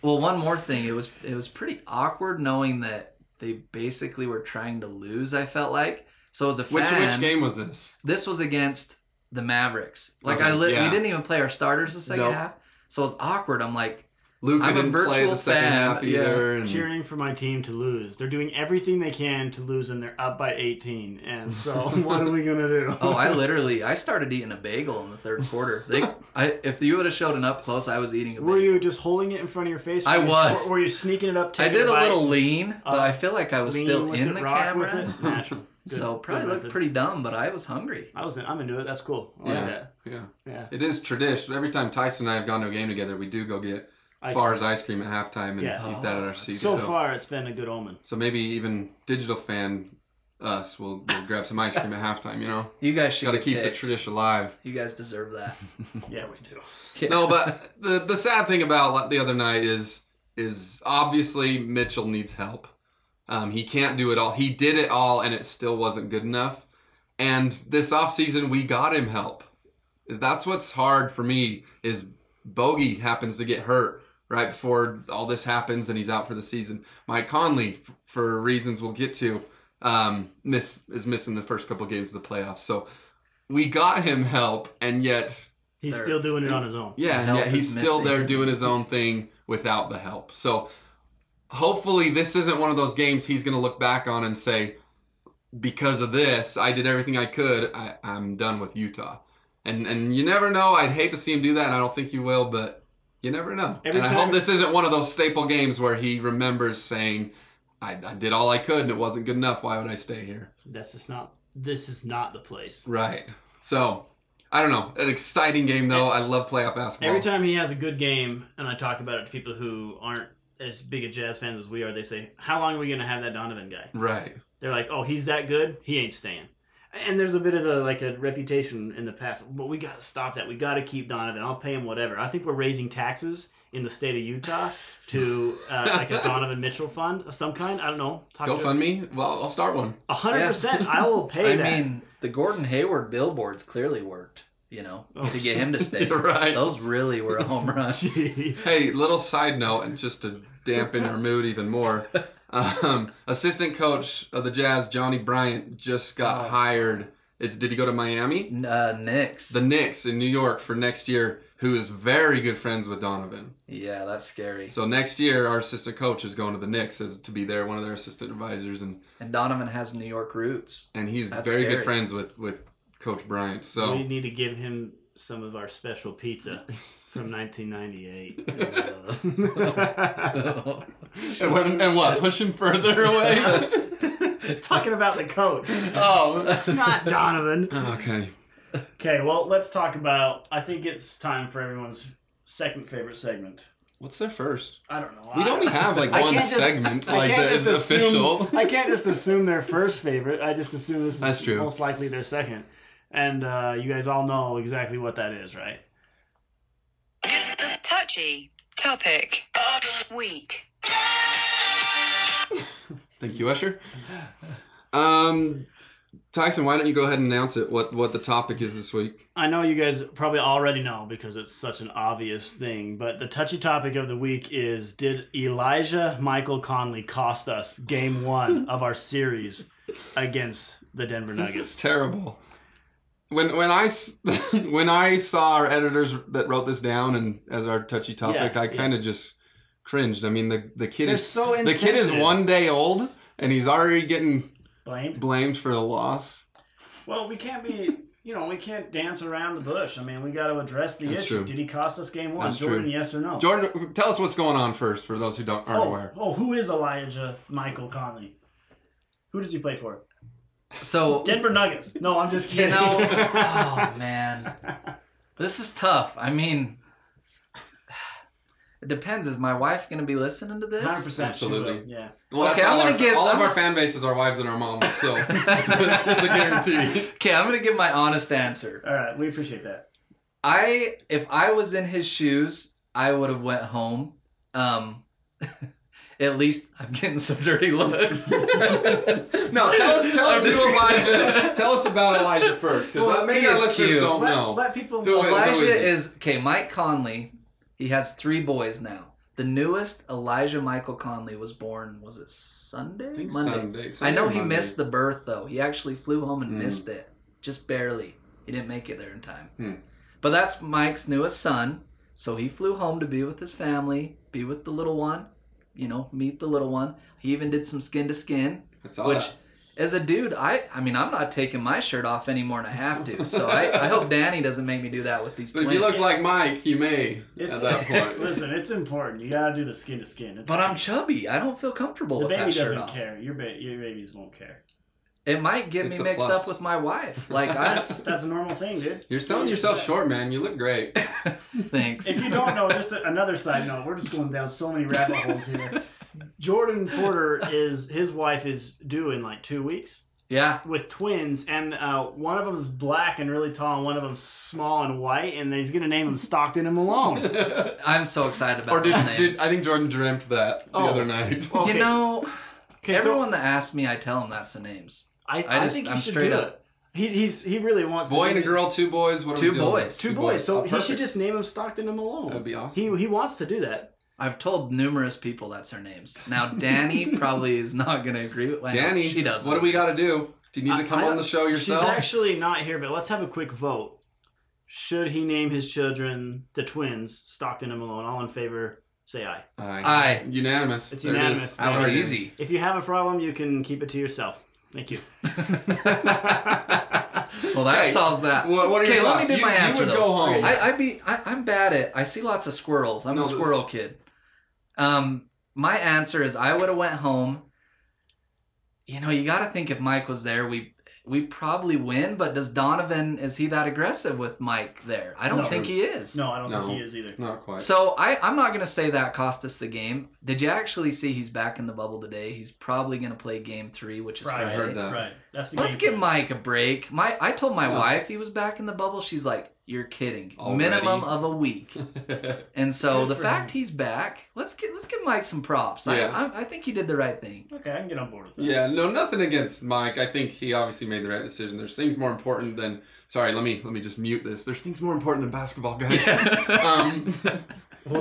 Speaker 3: Well, one more thing, it was it was pretty awkward knowing that they basically were trying to lose. I felt like so as a fan,
Speaker 1: (laughs) Which which game was this?
Speaker 3: this was against the Mavericks. Like I,
Speaker 1: Okay,
Speaker 3: li- we
Speaker 1: yeah.
Speaker 3: didn't even play our starters the second
Speaker 1: Nope.
Speaker 3: half, so it was awkward.
Speaker 1: (laughs)
Speaker 3: I'm like,
Speaker 1: Luke
Speaker 3: I'm a
Speaker 1: didn't play
Speaker 3: virtual
Speaker 1: the second
Speaker 3: fan,
Speaker 1: half
Speaker 3: yeah.
Speaker 1: either. and-
Speaker 2: cheering for my team to lose. They're doing everything they can to lose, and they're up by 18. And so, what are we gonna do?
Speaker 3: oh, I literally, I started eating a bagel in the third quarter. They, I, if you would have showed an up close, I was eating a
Speaker 2: (laughs)
Speaker 3: bagel.
Speaker 2: were you just holding it in front of your face?
Speaker 3: I
Speaker 2: Were you-
Speaker 3: was.
Speaker 2: Or were you sneaking it up?
Speaker 3: I
Speaker 2: Taking
Speaker 3: did
Speaker 2: a
Speaker 3: a
Speaker 2: bite,
Speaker 3: little lean, but
Speaker 2: Uh,
Speaker 3: I feel like I was
Speaker 2: lean
Speaker 3: still
Speaker 2: with
Speaker 3: in
Speaker 2: it,
Speaker 3: the
Speaker 2: rock with
Speaker 3: (laughs) camera.
Speaker 2: it? Natural. Good-
Speaker 3: so
Speaker 2: good
Speaker 3: probably looked
Speaker 2: method.
Speaker 3: pretty dumb, but I was hungry.
Speaker 2: I was in, I'm into it. That's cool. I
Speaker 1: Yeah.
Speaker 2: like that.
Speaker 1: Yeah.
Speaker 2: Yeah.
Speaker 1: It is tradition. Every time Tyson and I have gone to a game together, we do go get
Speaker 2: Ice
Speaker 1: Far's ice cream at halftime and
Speaker 2: Yeah.
Speaker 1: eat that at
Speaker 3: Oh,
Speaker 1: our
Speaker 3: that's
Speaker 1: seats.
Speaker 2: So far, it's been a good omen.
Speaker 1: so maybe even digital fan us will, will grab some ice cream at halftime. You
Speaker 3: (laughs)
Speaker 1: know,
Speaker 3: You guys should
Speaker 1: got to
Speaker 3: get
Speaker 1: keep the
Speaker 3: picked.
Speaker 1: tradition alive.
Speaker 3: You guys deserve that.
Speaker 2: (laughs) Yeah, we
Speaker 1: (laughs)
Speaker 2: do.
Speaker 1: No, but the the sad thing about la- the other night is is obviously Mitchell needs help. Um, he can't do it all. He did it all, and it still wasn't good enough. And this offseason, we got him help. That's what's hard for me is Bogey happens to get hurt right before all this happens, and he's out for the season. Mike Conley, f- for reasons we'll get to, um, miss is missing the first couple games of the playoffs. So we got him help, and yet
Speaker 2: He's
Speaker 3: They're-
Speaker 2: still doing it on his own.
Speaker 1: yeah, and
Speaker 3: help
Speaker 1: yet he's
Speaker 3: is
Speaker 1: still
Speaker 3: missing.
Speaker 1: there doing his own thing without the help. So hopefully this isn't one of those games he's going to look back on and say, because of this, I did everything I could. I, I'm done with Utah. And and you never know. I'd hate to see him do that, and I don't think he will, but you never know.
Speaker 2: Every
Speaker 1: and I
Speaker 2: time-
Speaker 1: hope this isn't one of those staple games where he remembers saying, I, I did all I could and it wasn't good enough. Why would I stay here?
Speaker 2: That's just not. This is not the place.
Speaker 1: Right. So, I don't know. An exciting game, though. I love playoff basketball.
Speaker 2: Eh, Every time he has a good game, and I talk about it to people who aren't as big a jazz fans as we are, they say, "How long are we going to have that Donovan guy?"
Speaker 1: Right.
Speaker 2: They're like, "Oh, he's that good. He ain't staying." And there's a bit of the like a reputation in the past, but we got to stop that. We got to keep Donovan. I'll pay him whatever. I think we're raising taxes in the state of Utah to
Speaker 3: (laughs)
Speaker 2: uh, like a Donovan Mitchell fund of some kind. I don't know. Talk to-
Speaker 1: GoFundMe? Well, I'll start one.
Speaker 2: A hundred
Speaker 3: Yeah.
Speaker 2: percent. I
Speaker 3: (laughs)
Speaker 2: will pay
Speaker 3: I
Speaker 2: that. (laughs)
Speaker 3: mean, the Gordon Hayward billboards clearly worked, you know,
Speaker 2: Oh.
Speaker 3: to get him
Speaker 1: (laughs)
Speaker 3: to stay.
Speaker 1: You're right.
Speaker 3: Those really were a
Speaker 1: (laughs)
Speaker 3: home run.
Speaker 2: Jeez.
Speaker 1: Hey, little side note, and just to dampen our mood even
Speaker 3: (laughs)
Speaker 1: more, um, assistant coach of the Jazz, Johnny Bryant, just got
Speaker 3: Oh,
Speaker 1: hired. It's, did he go to Miami?
Speaker 3: Uh, Knicks.
Speaker 1: The Knicks in New York for next year, who is very good friends with Donovan.
Speaker 3: yeah, that's scary.
Speaker 1: So next year, our assistant coach is going to the Knicks as to be there, one of their assistant advisors, and
Speaker 3: And Donovan has New York roots.
Speaker 1: and he's
Speaker 3: That's
Speaker 1: very good
Speaker 3: scary.
Speaker 1: friends with with Coach Bryant.
Speaker 2: we
Speaker 1: So
Speaker 2: need to give him some of our special pizza from
Speaker 3: (laughs)
Speaker 2: 1998. Uh,
Speaker 1: and, what- and what push him further away?
Speaker 2: (laughs)
Speaker 3: (laughs)
Speaker 2: Talking about the coach,
Speaker 1: oh,
Speaker 2: not Donovan.
Speaker 1: okay.
Speaker 2: Okay, well, let's talk about. I think it's time for everyone's second favorite segment.
Speaker 1: What's their first?
Speaker 2: I don't know.
Speaker 1: We
Speaker 2: I-
Speaker 1: don't have like
Speaker 2: (laughs) I
Speaker 1: one
Speaker 2: can't just-
Speaker 1: segment
Speaker 2: I
Speaker 1: like
Speaker 2: can't
Speaker 1: that is
Speaker 2: just assume-
Speaker 1: official.
Speaker 2: I can't just assume their first favorite. I just assume this is
Speaker 1: That's true.
Speaker 2: most likely their second. And uh, you guys all know exactly what that is, right?
Speaker 4: It's the touchy topic week.
Speaker 1: Thank you, Usher. Um, Tyson, why don't you go ahead and announce it? What what the topic is this week?
Speaker 2: I know you guys probably already know because it's such an obvious thing, but the touchy topic of the week is Did Elijah Michael Conley cost us game one of our series against the Denver
Speaker 1: This
Speaker 2: Nuggets?
Speaker 1: is terrible. When when I s- (laughs) when I saw our editors that wrote this down and as our touchy topic,
Speaker 2: Yeah,
Speaker 1: I
Speaker 2: yeah.
Speaker 1: kind of just cringed. I mean the the kid
Speaker 2: They're
Speaker 1: is
Speaker 2: so
Speaker 1: the kid is
Speaker 2: insensitive.
Speaker 1: one day old and he's already getting
Speaker 2: Blamed.
Speaker 1: blamed for a loss.
Speaker 2: Well, we can't be, you know, we can't dance around the bush. I mean, we got to address the
Speaker 1: That's
Speaker 2: issue.
Speaker 1: true.
Speaker 2: Did he cost us game one?
Speaker 1: That's
Speaker 2: Jordan,
Speaker 1: true.
Speaker 2: yes or no?
Speaker 1: Jordan, tell us what's going on first for those who don't aren't
Speaker 2: oh,
Speaker 1: aware.
Speaker 2: oh, who is Elijah Michael Conley? Who does he play for?
Speaker 1: (laughs)
Speaker 3: So,
Speaker 2: Denver Nuggets. No, I'm just
Speaker 3: you
Speaker 2: kidding. (laughs)
Speaker 3: know, oh man, this is tough. I mean, (sighs) it depends. Is my wife going to be listening to
Speaker 2: Hundred
Speaker 3: (laughs) this?
Speaker 2: percent,
Speaker 1: Absolutely.
Speaker 2: Yeah.
Speaker 1: Well,
Speaker 3: Okay,
Speaker 1: that's
Speaker 3: I'm
Speaker 1: all
Speaker 3: gonna
Speaker 1: our,
Speaker 3: give-
Speaker 1: all
Speaker 3: I'm
Speaker 1: of our
Speaker 3: gonna-
Speaker 1: fan bases are wives and our moms, so
Speaker 3: (laughs)
Speaker 1: that's a, that's a guarantee.
Speaker 3: Okay, I'm going to give my honest answer.
Speaker 2: All right, we appreciate that.
Speaker 3: I if I was in his shoes, I would have went home. Um (laughs) at least I'm getting some dirty
Speaker 1: (laughs)
Speaker 3: looks.
Speaker 1: No, tell us, tell us who
Speaker 3: I'm just-
Speaker 1: Elijah. Tell us about Elijah first, because
Speaker 3: Well,
Speaker 1: maybe
Speaker 3: he
Speaker 1: our
Speaker 3: is
Speaker 1: listeners
Speaker 3: cute.
Speaker 1: don't
Speaker 2: Let,
Speaker 1: know.
Speaker 2: let people
Speaker 1: Oh, Who
Speaker 2: know.
Speaker 1: is- who
Speaker 3: Elijah
Speaker 1: he?
Speaker 3: is okay, Mike Conley, he has three boys now. The newest Elijah Michael Conley was born was it Sunday?
Speaker 1: I think
Speaker 3: Monday.
Speaker 1: Sunday,
Speaker 3: I
Speaker 1: Sunday
Speaker 3: know
Speaker 1: or
Speaker 3: he
Speaker 1: Monday.
Speaker 3: missed the birth though. He actually flew home and
Speaker 1: Mm.
Speaker 3: missed it, just barely. He didn't make it there in time.
Speaker 1: Hmm.
Speaker 3: But that's Mike's newest son, so he flew home to be with his family, be with the little one, you know, meet the little one. He even did some skin to skin,
Speaker 1: I saw
Speaker 3: which.
Speaker 1: that.
Speaker 3: As a dude, I I mean I'm not taking my shirt off anymore, and I have to. So I,
Speaker 1: (laughs)
Speaker 3: I hope Danny doesn't make me do that with these
Speaker 1: But if
Speaker 3: twins.
Speaker 1: he looks like Mike, he may
Speaker 2: It's-
Speaker 1: at that
Speaker 2: (laughs)
Speaker 1: point.
Speaker 2: Listen, it's important. You got to do the skin to skin. It's-
Speaker 3: but I'm chubby. I don't feel comfortable
Speaker 2: the
Speaker 3: with
Speaker 2: baby
Speaker 3: that shirt
Speaker 2: doesn't
Speaker 3: off.
Speaker 2: care. Your ba- your babies won't care.
Speaker 3: It might get
Speaker 1: It's
Speaker 3: me
Speaker 1: a
Speaker 3: mixed
Speaker 1: plus.
Speaker 3: up with my wife.
Speaker 1: (laughs)
Speaker 3: Like I
Speaker 2: That's that's a normal thing, dude.
Speaker 1: You're selling yourself short, man. You look great.
Speaker 3: thanks.
Speaker 2: If you don't know, just a, another side note, we're just going down so many rabbit holes here. Jordan Porter is his wife is due in like two weeks
Speaker 3: yeah.
Speaker 2: with twins, and uh, one of them's black and really tall, and one of them's small and white, and he's gonna name him Stockton and Malone.
Speaker 3: I'm so excited about
Speaker 1: Or did,
Speaker 3: those names.
Speaker 1: did I think Jordan dreamt that the
Speaker 2: Oh.
Speaker 1: other night?
Speaker 2: Okay.
Speaker 3: You know,
Speaker 2: Okay, so
Speaker 3: everyone that asks me, I tell them that's the names.
Speaker 2: I,
Speaker 3: I
Speaker 2: I
Speaker 3: just-
Speaker 2: think you
Speaker 3: I'm
Speaker 2: should
Speaker 3: straight
Speaker 2: do
Speaker 3: up.
Speaker 2: it. He he's he really wants to
Speaker 1: Boy and
Speaker 2: name
Speaker 1: a
Speaker 2: it-
Speaker 1: girl, two boys. What are
Speaker 3: Two
Speaker 1: we doing?
Speaker 3: boys.
Speaker 2: Two boys, so
Speaker 1: Oh,
Speaker 2: he should
Speaker 1: perfect.
Speaker 2: just name him Stockton and Malone.
Speaker 1: That'd be awesome.
Speaker 2: He he wants to do that.
Speaker 3: I've told numerous people that's her names.
Speaker 1: (laughs)
Speaker 3: Now Danny probably is not going to agree with. well,
Speaker 1: Danny,
Speaker 3: she doesn't.
Speaker 1: What do we got to do? Do you need
Speaker 2: I-
Speaker 1: to come
Speaker 2: I
Speaker 1: on the show yourself?
Speaker 2: She's actually not here, but let's have a quick vote. Should he name his children the twins, Stockton and Malone? All in favor, say aye.
Speaker 1: Aye.
Speaker 3: Aye.
Speaker 1: Unanimous.
Speaker 2: It's
Speaker 1: There it
Speaker 2: unanimous.
Speaker 1: is.
Speaker 3: That was
Speaker 1: There it is.
Speaker 3: easy.
Speaker 2: If you have a problem, you can keep it to yourself.
Speaker 1: (laughs)
Speaker 2: Thank you.
Speaker 3: Well, that
Speaker 1: Okay.
Speaker 3: solves that.
Speaker 1: What, what are
Speaker 3: okay,
Speaker 1: your
Speaker 3: let
Speaker 1: thoughts?
Speaker 3: me do
Speaker 1: you,
Speaker 3: my
Speaker 1: you
Speaker 3: answer
Speaker 1: would
Speaker 3: though.
Speaker 1: go home.
Speaker 3: I, I be I, I'm bad at. I see lots of squirrels. I'm
Speaker 1: No,
Speaker 3: a
Speaker 1: this-
Speaker 3: squirrel kid. Um, my answer is I would have went home. You know, you got to think if Mike was there, we we probably win. But does Donovan is he that aggressive with Mike there? I don't
Speaker 2: No.
Speaker 3: think he is.
Speaker 2: No, I don't
Speaker 1: No.
Speaker 2: think he is either.
Speaker 1: Not quite.
Speaker 3: So I I'm not gonna say that cost us the game. Did you actually see he's back in the bubble today? He's probably gonna play game three, which is
Speaker 2: Friday.
Speaker 3: Friday.
Speaker 1: I heard that.
Speaker 2: Right. That's the
Speaker 3: Let's
Speaker 2: game plan.
Speaker 3: give Mike a break. My I told my
Speaker 1: Yeah.
Speaker 3: wife he was back in the bubble. She's like, "You're kidding."
Speaker 1: Already?
Speaker 3: Minimum of a week. And so
Speaker 2: Good
Speaker 3: the
Speaker 2: for
Speaker 3: fact
Speaker 2: him.
Speaker 3: he's back, let's get let's give Mike some props.
Speaker 1: Yeah.
Speaker 3: I, I I think he did the right thing.
Speaker 2: Okay, I can get on board with
Speaker 1: (laughs)
Speaker 2: that.
Speaker 1: yeah, no, nothing against Mike. I think he obviously made the right decision. There's things more important than. Sorry, let me let me just mute this. There's things more important than basketball, guys.
Speaker 2: (laughs)
Speaker 1: um,
Speaker 2: Will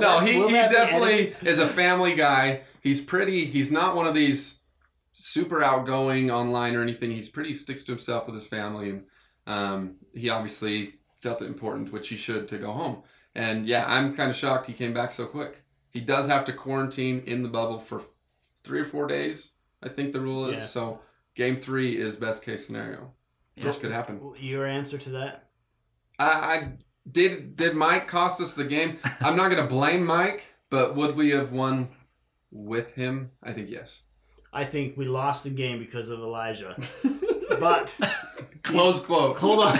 Speaker 1: (laughs) no,
Speaker 2: that-
Speaker 1: he,
Speaker 2: will
Speaker 1: he
Speaker 2: that be
Speaker 1: definitely
Speaker 2: edited?
Speaker 1: is a family guy. He's pretty. He's not one of these super outgoing online or anything. He's pretty sticks to himself with his family, and um, he obviously felt it important, which he should, to go home. And yeah, I'm kind of shocked he came back so quick. He does have to quarantine in the bubble for three or four days. I think the rule is
Speaker 2: Yeah.
Speaker 1: so. Game three is best case scenario,
Speaker 3: Yeah.
Speaker 1: which could happen.
Speaker 2: Your answer to that?
Speaker 1: I, I did did Mike cost us the
Speaker 2: (laughs)
Speaker 1: game? I'm not gonna blame Mike, but would we have won with him? I think yes.
Speaker 2: I think we lost the game because of Elijah. (laughs) but
Speaker 1: Close quote.
Speaker 2: Hold on.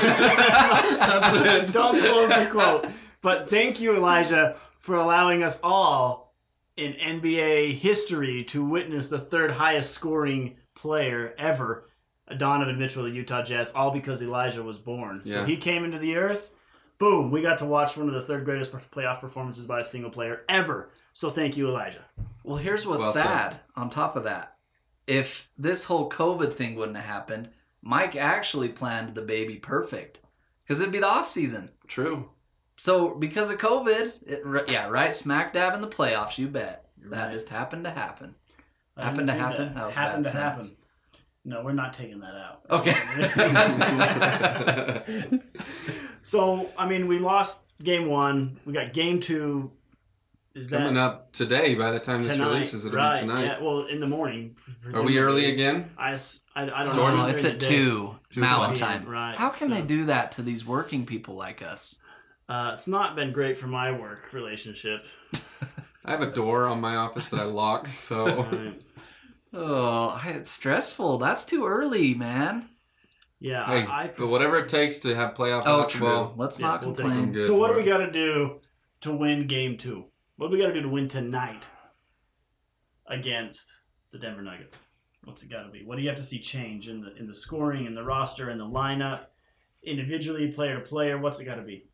Speaker 1: That's it.
Speaker 2: Don't close the quote. But thank you, Elijah, for allowing us all in NBA history to witness the third highest scoring player ever, Donovan Mitchell of the Utah Jazz, all because Elijah was born. So
Speaker 1: Yeah.
Speaker 2: he came into the earth. Boom, we got to watch one of the third greatest perf- playoff performances by a single player ever. So thank you, Elijah.
Speaker 3: Well, here's what's
Speaker 1: Well said.
Speaker 3: sad. On top of that, if this whole COVID thing wouldn't have happened, Mike actually planned the baby perfect because it'd be the off season.
Speaker 1: (laughs)
Speaker 2: (laughs)
Speaker 1: True. (laughs)
Speaker 3: So because of COVID, it, r- yeah, right, smack dab in the playoffs. You bet that
Speaker 2: right.
Speaker 3: just happened to happen.
Speaker 2: I
Speaker 3: Happened to
Speaker 2: didn't do
Speaker 3: happen? That was
Speaker 2: happened
Speaker 3: bad
Speaker 2: to happen.
Speaker 3: sentence.
Speaker 2: No, we're not taking that out. (laughs)
Speaker 3: (laughs) Okay.
Speaker 2: So I mean, we lost game one. We got game two. Is that
Speaker 1: Coming up today. By the time this releases, it'll
Speaker 2: right.
Speaker 1: be tonight.
Speaker 2: Yeah, well, in the morning.
Speaker 1: Are we early again?
Speaker 2: I, s- I- I don't
Speaker 1: Jordan,
Speaker 2: know.
Speaker 3: oh, it's at two,
Speaker 1: Two
Speaker 3: Mountain
Speaker 2: o'clock.
Speaker 3: time.
Speaker 2: Right,
Speaker 3: How can
Speaker 2: so-
Speaker 3: they do that to these working people like us?
Speaker 2: Uh, it's not been great for my work relationship.
Speaker 1: I have a door on my office that I lock, (laughs) so
Speaker 2: Right.
Speaker 3: Oh, I- it's stressful. That's too early, man.
Speaker 2: yeah,
Speaker 1: hey,
Speaker 2: (laughs) I, I
Speaker 1: but whatever it takes to have playoff
Speaker 3: Oh, true.
Speaker 1: basketball.
Speaker 3: Let's
Speaker 2: yeah,
Speaker 3: not
Speaker 2: we'll take
Speaker 1: I'm
Speaker 3: complain.
Speaker 1: good
Speaker 2: So what do
Speaker 1: for
Speaker 2: we
Speaker 1: it.
Speaker 2: got to do to win game two? What do we got to do to win tonight against the Denver Nuggets? What's it got to be? What do you have to see change in the in the scoring, in the roster, in the lineup, individually, player to player? What's it got to be?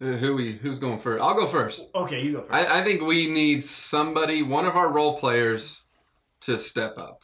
Speaker 1: Uh, Who we? Who's going first? I'll go first.
Speaker 2: Okay, you go first.
Speaker 1: I, I think we need somebody, one of our role players, to step up.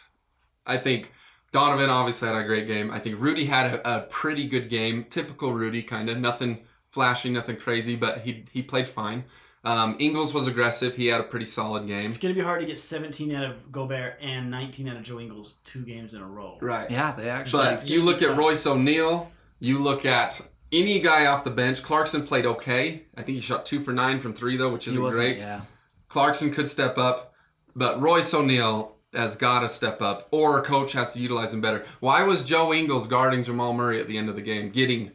Speaker 1: I think Donovan obviously had a great game. I think Rudy had a, a pretty good game. Typical Rudy, kind of nothing flashy, nothing crazy, but he he played fine. Um, Ingles was aggressive. He had a pretty solid game.
Speaker 2: it's going to be hard to get 17 out of Gobert and 19 out of Joe Ingles two games in a row.
Speaker 1: Right.
Speaker 3: Yeah, they actually.
Speaker 1: But you look at
Speaker 2: tough.
Speaker 1: Royce O'Neal, you look at any guy off the bench. Clarkson played okay. I think he shot two for nine from three though, which
Speaker 3: he
Speaker 1: isn't
Speaker 3: wasn't-
Speaker 1: great.
Speaker 3: Yeah.
Speaker 1: Clarkson could step up, but Royce O'Neal has got to step up, or a coach has to utilize him better. Why was Joe Ingles guarding Jamal Murray at the end of the game, getting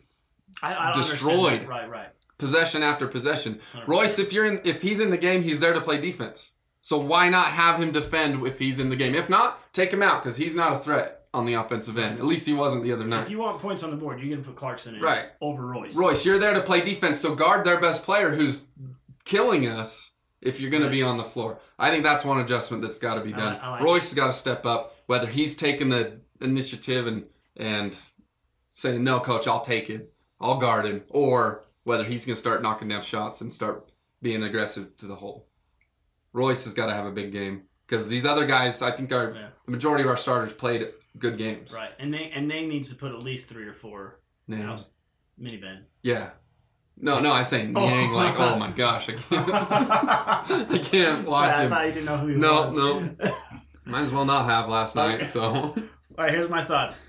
Speaker 2: I, I don't understand
Speaker 1: Destroyed.
Speaker 2: that. Right, right.
Speaker 1: possession after possession?
Speaker 2: 100%.
Speaker 1: Royce, if you're in, if he's in the game, he's there to play defense. So why not have him defend if he's in the game? If not, take him out because he's not a threat on the offensive end. At least he wasn't the other
Speaker 2: If
Speaker 1: night.
Speaker 2: you want points on the board, you can put Clarkson in
Speaker 1: Right.
Speaker 2: over Royce.
Speaker 1: Royce, you're there to play defense, so guard their best player who's killing us if you're going to be on the floor. I think that's one adjustment that's got to be
Speaker 2: I
Speaker 1: done.
Speaker 2: like- I like
Speaker 1: Royce has got to step up, whether he's taking the initiative and and saying no, coach, I'll take it, I'll guard him, or whether he's going to start knocking down shots and start being aggressive to the hole. Royce has got to have a big game because these other guys, I think, are
Speaker 2: Yeah.
Speaker 1: the majority of our starters played good games.
Speaker 2: Right. And they and they needs to put at least three or four
Speaker 1: Now-
Speaker 2: you know, minivan.
Speaker 1: Yeah. No, no, I say Niang like, oh my gosh, I
Speaker 2: (laughs)
Speaker 1: can't, (laughs) I can't watch
Speaker 2: Sorry, I
Speaker 1: him.
Speaker 2: thought you didn't know who he
Speaker 1: No,
Speaker 2: was.
Speaker 1: no. Might as well not have last night. So
Speaker 2: All right, here's my thoughts.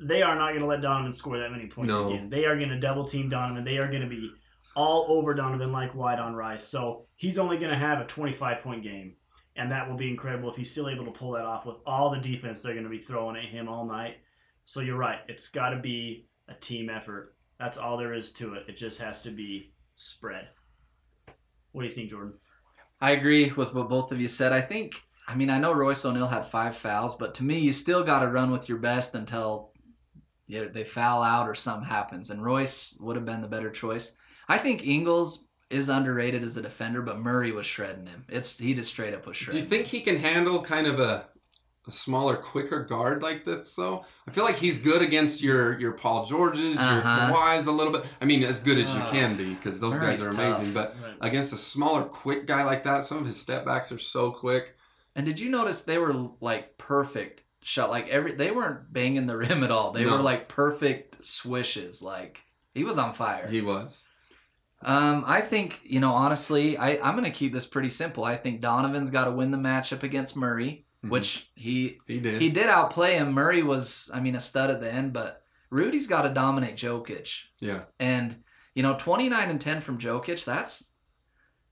Speaker 2: They are not going to let Donovan score that many points
Speaker 1: No.
Speaker 2: again. They are going to double team Donovan. They are going to be all over Donovan like wide on Rice. So he's only going to have a 25 point game, and that will be incredible if he's still able to pull that off with all the defense they're going to be throwing at him all night. So you're right. It's got to be a team effort. That's all there is to it. It just has to be spread. What do you think, Jordan?
Speaker 3: I agree with what both of you said. I think, I mean, I know Royce O'Neal had five fouls, but to me, you still got to run with your best until yeah, they foul out or something happens. And Royce would have been the better choice. I think Ingles is underrated as a defender, but Murray was shredding him. It's he just straight up was
Speaker 1: Do
Speaker 3: shredding.
Speaker 1: you think he can handle kind of a a smaller, quicker guard like this? Though I feel like he's good against your your Paul Georges,
Speaker 3: Uh-huh.
Speaker 1: your Kawhis a little bit. I mean, as good as you
Speaker 3: Uh,
Speaker 1: can be because those
Speaker 3: Murray's
Speaker 1: guys are
Speaker 3: tough.
Speaker 1: amazing. But against a smaller, quick guy like that, some of his stepbacks are so quick.
Speaker 3: And did you notice they were like perfect shot? Like every they weren't banging the (laughs) rim at all. They
Speaker 1: No.
Speaker 3: were like perfect swishes. Like he was on fire.
Speaker 1: He was.
Speaker 3: Um, I think you know honestly, I I'm gonna keep this pretty simple. I think Donovan's got to win the matchup against Murray,
Speaker 1: Mhm.
Speaker 3: which he
Speaker 1: He did.
Speaker 3: he did outplay him. Murray was I mean a stud at the end, but Rudy's got to dominate Jokic.
Speaker 1: yeah.
Speaker 3: And you know, 29 and 10 from Jokic, that's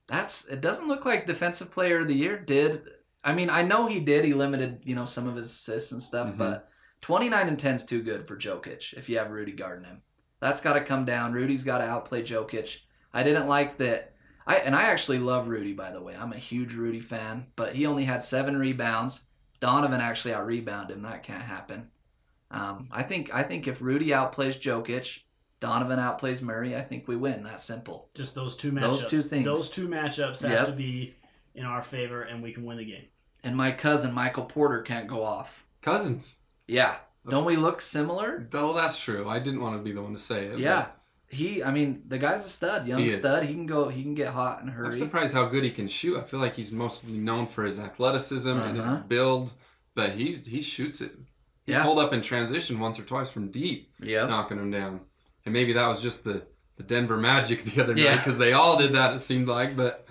Speaker 3: that's it doesn't look like defensive player of the year did. I mean, I know he did. He limited, you know, some of his assists and stuff,
Speaker 1: Mhm.
Speaker 3: but 29 and 10 is too good for Jokic if you have Rudy guarding him. That's got to come down. Rudy's got to outplay Jokic. I didn't like that. I and I actually love Rudy by the way. I'm a huge Rudy fan, but he only had 7 rebounds. Donovan actually out rebounded him. That can't happen. Um, I think I think if Rudy outplays Jokic, Donovan outplays Murray, I think we win. That simple.
Speaker 2: Just those two matchups.
Speaker 3: Those two things.
Speaker 2: Those two matchups have
Speaker 3: Yep.
Speaker 2: to be in our favor, and we can win the game.
Speaker 3: And my cousin Michael Porter can't go off.
Speaker 1: Cousins.
Speaker 3: Yeah. Don't we look similar?
Speaker 1: Oh, that's true. I didn't want to be the one to say it. but-
Speaker 3: Yeah. He I mean, the guy's a stud, young
Speaker 1: He is.
Speaker 3: stud. He can go he can get hot and
Speaker 1: I'm
Speaker 3: hurry.
Speaker 1: surprised how good he can shoot. I feel like he's mostly known for his athleticism and his
Speaker 3: Uh-huh.
Speaker 1: build, but he he shoots it. He
Speaker 3: Yeah.
Speaker 1: pulled up in transition once or twice from deep,
Speaker 3: Yep.
Speaker 1: knocking him down. And maybe that was just the, the Denver Magic (laughs) the other night 'cause night
Speaker 3: Yeah.
Speaker 1: because they all did that. It seemed like, but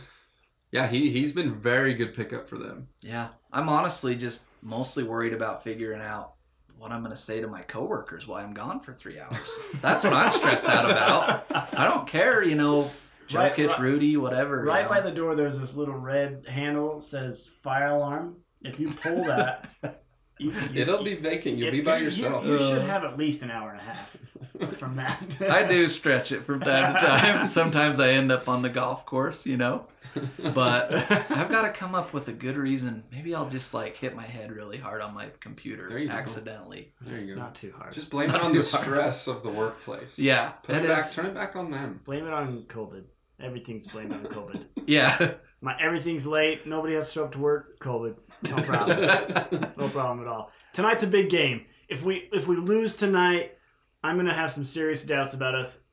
Speaker 1: yeah, he he's been very good pickup for them.
Speaker 3: Yeah. I'm honestly just mostly worried about figuring out what I'm gonna say to my coworkers while I'm gone for
Speaker 2: (laughs)
Speaker 3: three hours. That's what I'm stressed out about. I don't care, you know, Jokic,
Speaker 2: Right, right-
Speaker 3: Rudy, whatever. you
Speaker 2: Right
Speaker 3: know.
Speaker 2: by the door, there's this little red handle that says fire alarm. If you pull that,
Speaker 3: (laughs)
Speaker 2: you, you-
Speaker 1: It'll be vacant. You'll
Speaker 2: it's-
Speaker 1: be by
Speaker 2: you-
Speaker 1: yourself.
Speaker 2: You, should have at least an hour and a half (laughs) from that.
Speaker 3: Uh, I do stretch it from time to time. Sometimes I end up on the golf course, you know.
Speaker 2: (laughs)
Speaker 3: But I've got to come up with a good reason. Maybe I'll just like hit my head really hard on my
Speaker 1: There
Speaker 3: computer
Speaker 1: you go.
Speaker 3: accidentally.
Speaker 1: There you go.
Speaker 2: (laughs) Not too hard. Just
Speaker 1: Just blame
Speaker 3: Not
Speaker 1: it on the
Speaker 3: too hard.
Speaker 1: stress of the workplace.
Speaker 3: Yeah,
Speaker 1: Put it
Speaker 3: it
Speaker 1: back,
Speaker 3: is-
Speaker 1: turn it back on them.
Speaker 2: blame it on COVID. Everything's blamed on
Speaker 3: (laughs)
Speaker 2: COVID.
Speaker 3: (laughs) Yeah,
Speaker 2: My everything's late. Nobody has to show up to work. COVID. No problem.
Speaker 3: (laughs)
Speaker 2: No problem at all. Tonight's a big game. If we if we lose tonight, I'm gonna have some serious doubts about us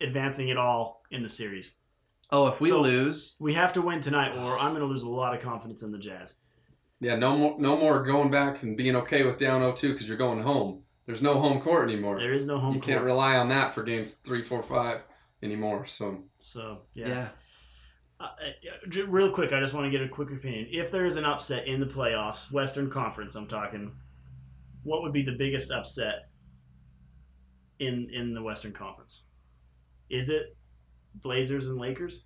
Speaker 2: advancing at all in the series.
Speaker 3: oh, if we
Speaker 2: So-
Speaker 3: lose,
Speaker 2: We have to win tonight, or I'm gonna lose a lot of confidence in the Jazz.
Speaker 1: Yeah, no more, no more going back and being okay with down 0-2 because you're going home. There's no home court anymore.
Speaker 2: There is no home
Speaker 1: you
Speaker 2: court,
Speaker 1: can't rely on that for games three, four, five anymore. So
Speaker 2: so
Speaker 3: yeah.
Speaker 2: yeah. Uh, uh, j- real quick, I just want to get a quick opinion. If there is an upset in the playoffs, Western Conference, I'm talking, what would be the biggest upset in in the Western Conference? Is it Blazers and Lakers?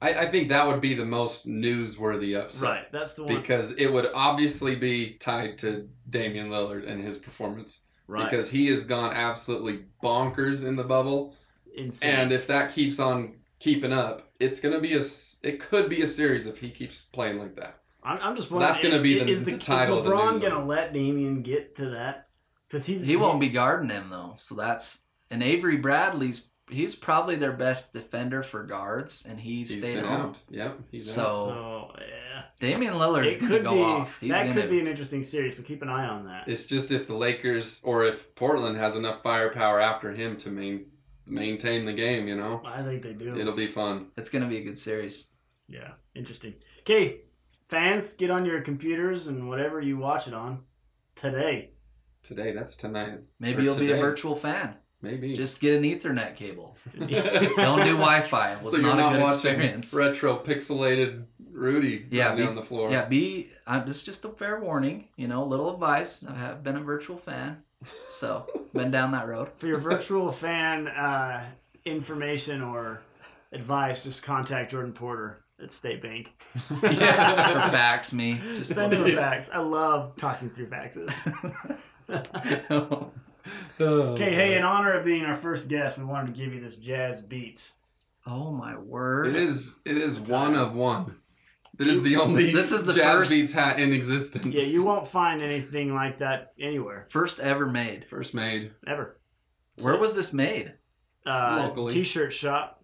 Speaker 1: I, I think that would be the most newsworthy upset
Speaker 2: right, that's the one.
Speaker 1: because it would obviously be tied to Damian Lillard and his performance
Speaker 2: right,
Speaker 1: because he has gone absolutely bonkers in the bubble.
Speaker 2: insane.
Speaker 1: And if that keeps on keeping up, it's gonna be a s- it could be a series if he keeps playing like that.
Speaker 2: I'm, I'm just
Speaker 1: So
Speaker 2: wondering.
Speaker 1: that's gonna be the-
Speaker 2: is
Speaker 1: the title of
Speaker 2: Is
Speaker 1: the
Speaker 2: LeBron
Speaker 1: news
Speaker 2: gonna
Speaker 1: article.
Speaker 2: let Damian get to that? Because he's
Speaker 3: He won't be guarding him though, so that's and Avery Bradley's. He's probably their best defender for guards, and he
Speaker 1: He's
Speaker 3: stayed
Speaker 1: been
Speaker 3: home.
Speaker 1: out. Yep. He's
Speaker 3: So-
Speaker 1: out.
Speaker 2: So yeah,
Speaker 3: Damian Lillard's
Speaker 2: it
Speaker 3: gonna
Speaker 2: could
Speaker 3: go
Speaker 2: be
Speaker 3: off. He's
Speaker 2: that
Speaker 3: gonna
Speaker 2: could be an interesting series. So keep an eye on that.
Speaker 1: It's just if the Lakers or if Portland has enough firepower after him to main, maintain the game, you know,
Speaker 2: I think they do.
Speaker 1: it'll be fun.
Speaker 3: it's gonna be a good series.
Speaker 2: Yeah, interesting. Okay, fans, get on your computers and whatever you watch it on
Speaker 1: (laughs)
Speaker 2: today.
Speaker 1: Today, that's tonight.
Speaker 3: Maybe
Speaker 1: Or
Speaker 3: you'll be a
Speaker 1: today.
Speaker 3: virtual fan.
Speaker 1: Maybe.
Speaker 3: Just get an Ethernet cable. Don't do Wi-Fi. It was
Speaker 1: so you're
Speaker 3: not,
Speaker 1: not
Speaker 3: a good
Speaker 1: watching
Speaker 3: experience.
Speaker 1: retro pixelated Rudy
Speaker 3: Yeah,
Speaker 1: yeah,
Speaker 3: be-
Speaker 1: down the floor.
Speaker 3: Yeah, be. Uh, this is just a fair warning. You know, little advice. I have been a virtual fan, so been down
Speaker 1: (laughs)
Speaker 3: that road.
Speaker 2: For your virtual fan uh, information or advice, just contact Jordan Porter at State
Speaker 3: (laughs)
Speaker 2: Bank. (laughs)
Speaker 1: Yeah.
Speaker 3: or fax me. Just
Speaker 2: Send him a
Speaker 3: (laughs)
Speaker 2: fax. I love talking through faxes. (sighs)
Speaker 3: Oh
Speaker 2: Okay, hey,
Speaker 3: (sighs)
Speaker 2: in honor of being our first guest, we wanted to give you this jazz beats.
Speaker 3: Oh my word!
Speaker 1: It is. It is one of one. It is the only.
Speaker 3: This is the
Speaker 1: jazz
Speaker 3: first-
Speaker 1: beats hat in existence.
Speaker 2: Yeah, you won't find anything like that anywhere
Speaker 3: first ever made.
Speaker 1: First made.
Speaker 2: ever.
Speaker 3: Where was this made?
Speaker 2: Uh,
Speaker 1: Locally.
Speaker 2: T-shirt shop.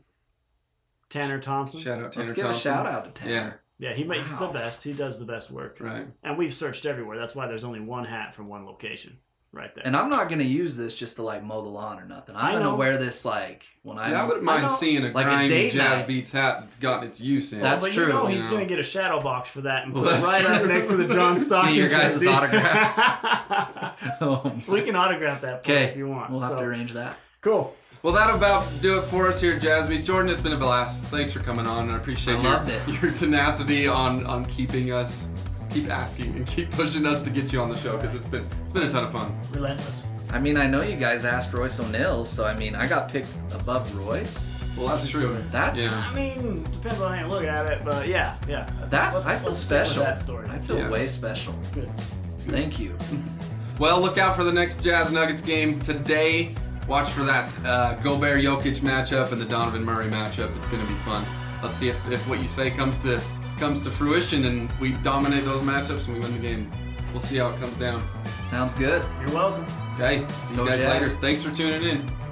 Speaker 2: Tanner Thompson.
Speaker 1: Shout out Tanner
Speaker 3: Let's give
Speaker 1: Thompson.
Speaker 3: a shout out to Tanner.
Speaker 2: Yeah, he makes
Speaker 3: Wow.
Speaker 2: the best. He does the best work.
Speaker 1: Right.
Speaker 2: And we've searched everywhere. That's why there's only one hat from one location right there.
Speaker 3: And I'm not gonna use this just to like mow the lawn or nothing. I'm
Speaker 2: I
Speaker 3: gonna
Speaker 2: know.
Speaker 3: wear this like when
Speaker 1: See, I
Speaker 3: I'm. (laughs)
Speaker 1: wouldn't
Speaker 2: I
Speaker 1: mind
Speaker 2: know-
Speaker 1: seeing a
Speaker 3: like a
Speaker 1: grimy
Speaker 3: date
Speaker 1: jazz
Speaker 3: night.
Speaker 1: beats hat that's gotten its use in.
Speaker 3: That's
Speaker 2: but
Speaker 3: true,
Speaker 2: You know he's
Speaker 1: you know.
Speaker 2: going to get a shadow box for that and put
Speaker 1: Well,
Speaker 2: it
Speaker 1: that's
Speaker 2: right up
Speaker 1: true.
Speaker 2: next to the
Speaker 3: (laughs)
Speaker 2: John Stockton.
Speaker 3: Get your guys'
Speaker 2: jersey.
Speaker 3: autographs. Oh,
Speaker 2: (laughs) we can autograph that for you
Speaker 3: okay,
Speaker 2: if you want.
Speaker 3: we'll have
Speaker 2: so.
Speaker 3: to arrange that.
Speaker 2: Cool.
Speaker 1: Well, that'll about do it for us here, at Jazz Beats. Jordan, it's been a blast. Thanks for coming on. I appreciate
Speaker 3: I
Speaker 1: your,
Speaker 3: loved
Speaker 1: (laughs)
Speaker 3: it.
Speaker 1: your tenacity on on keeping us, keep asking and keep pushing us to get you on the show because it's been it's been a ton of fun.
Speaker 2: Relentless.
Speaker 3: I mean, I know you guys asked Royce O'Neill, so I mean, I got picked above Royce.
Speaker 1: Well, that's true.
Speaker 3: That's
Speaker 1: Yeah.
Speaker 2: I mean, depends on how you look at it, but yeah, yeah.
Speaker 3: that's
Speaker 2: Let's-
Speaker 3: I feel
Speaker 2: let's stick with
Speaker 3: special.
Speaker 2: That story.
Speaker 3: I feel
Speaker 1: Yeah.
Speaker 3: way special.
Speaker 2: Good.
Speaker 3: Thank you.
Speaker 1: Well, look out for the next Jazz Nuggets game today. Watch for that uh, Gobert Jokic matchup and the Donovan Murray matchup. It's going to be fun. Let's see if, if what you say comes to comes to fruition and we dominate those matchups and we win the game. We'll see how it comes down.
Speaker 3: Sounds good.
Speaker 2: You're welcome.
Speaker 1: Okay, see you
Speaker 3: Go
Speaker 1: guys
Speaker 3: Jazz.
Speaker 1: later. Thanks for tuning in.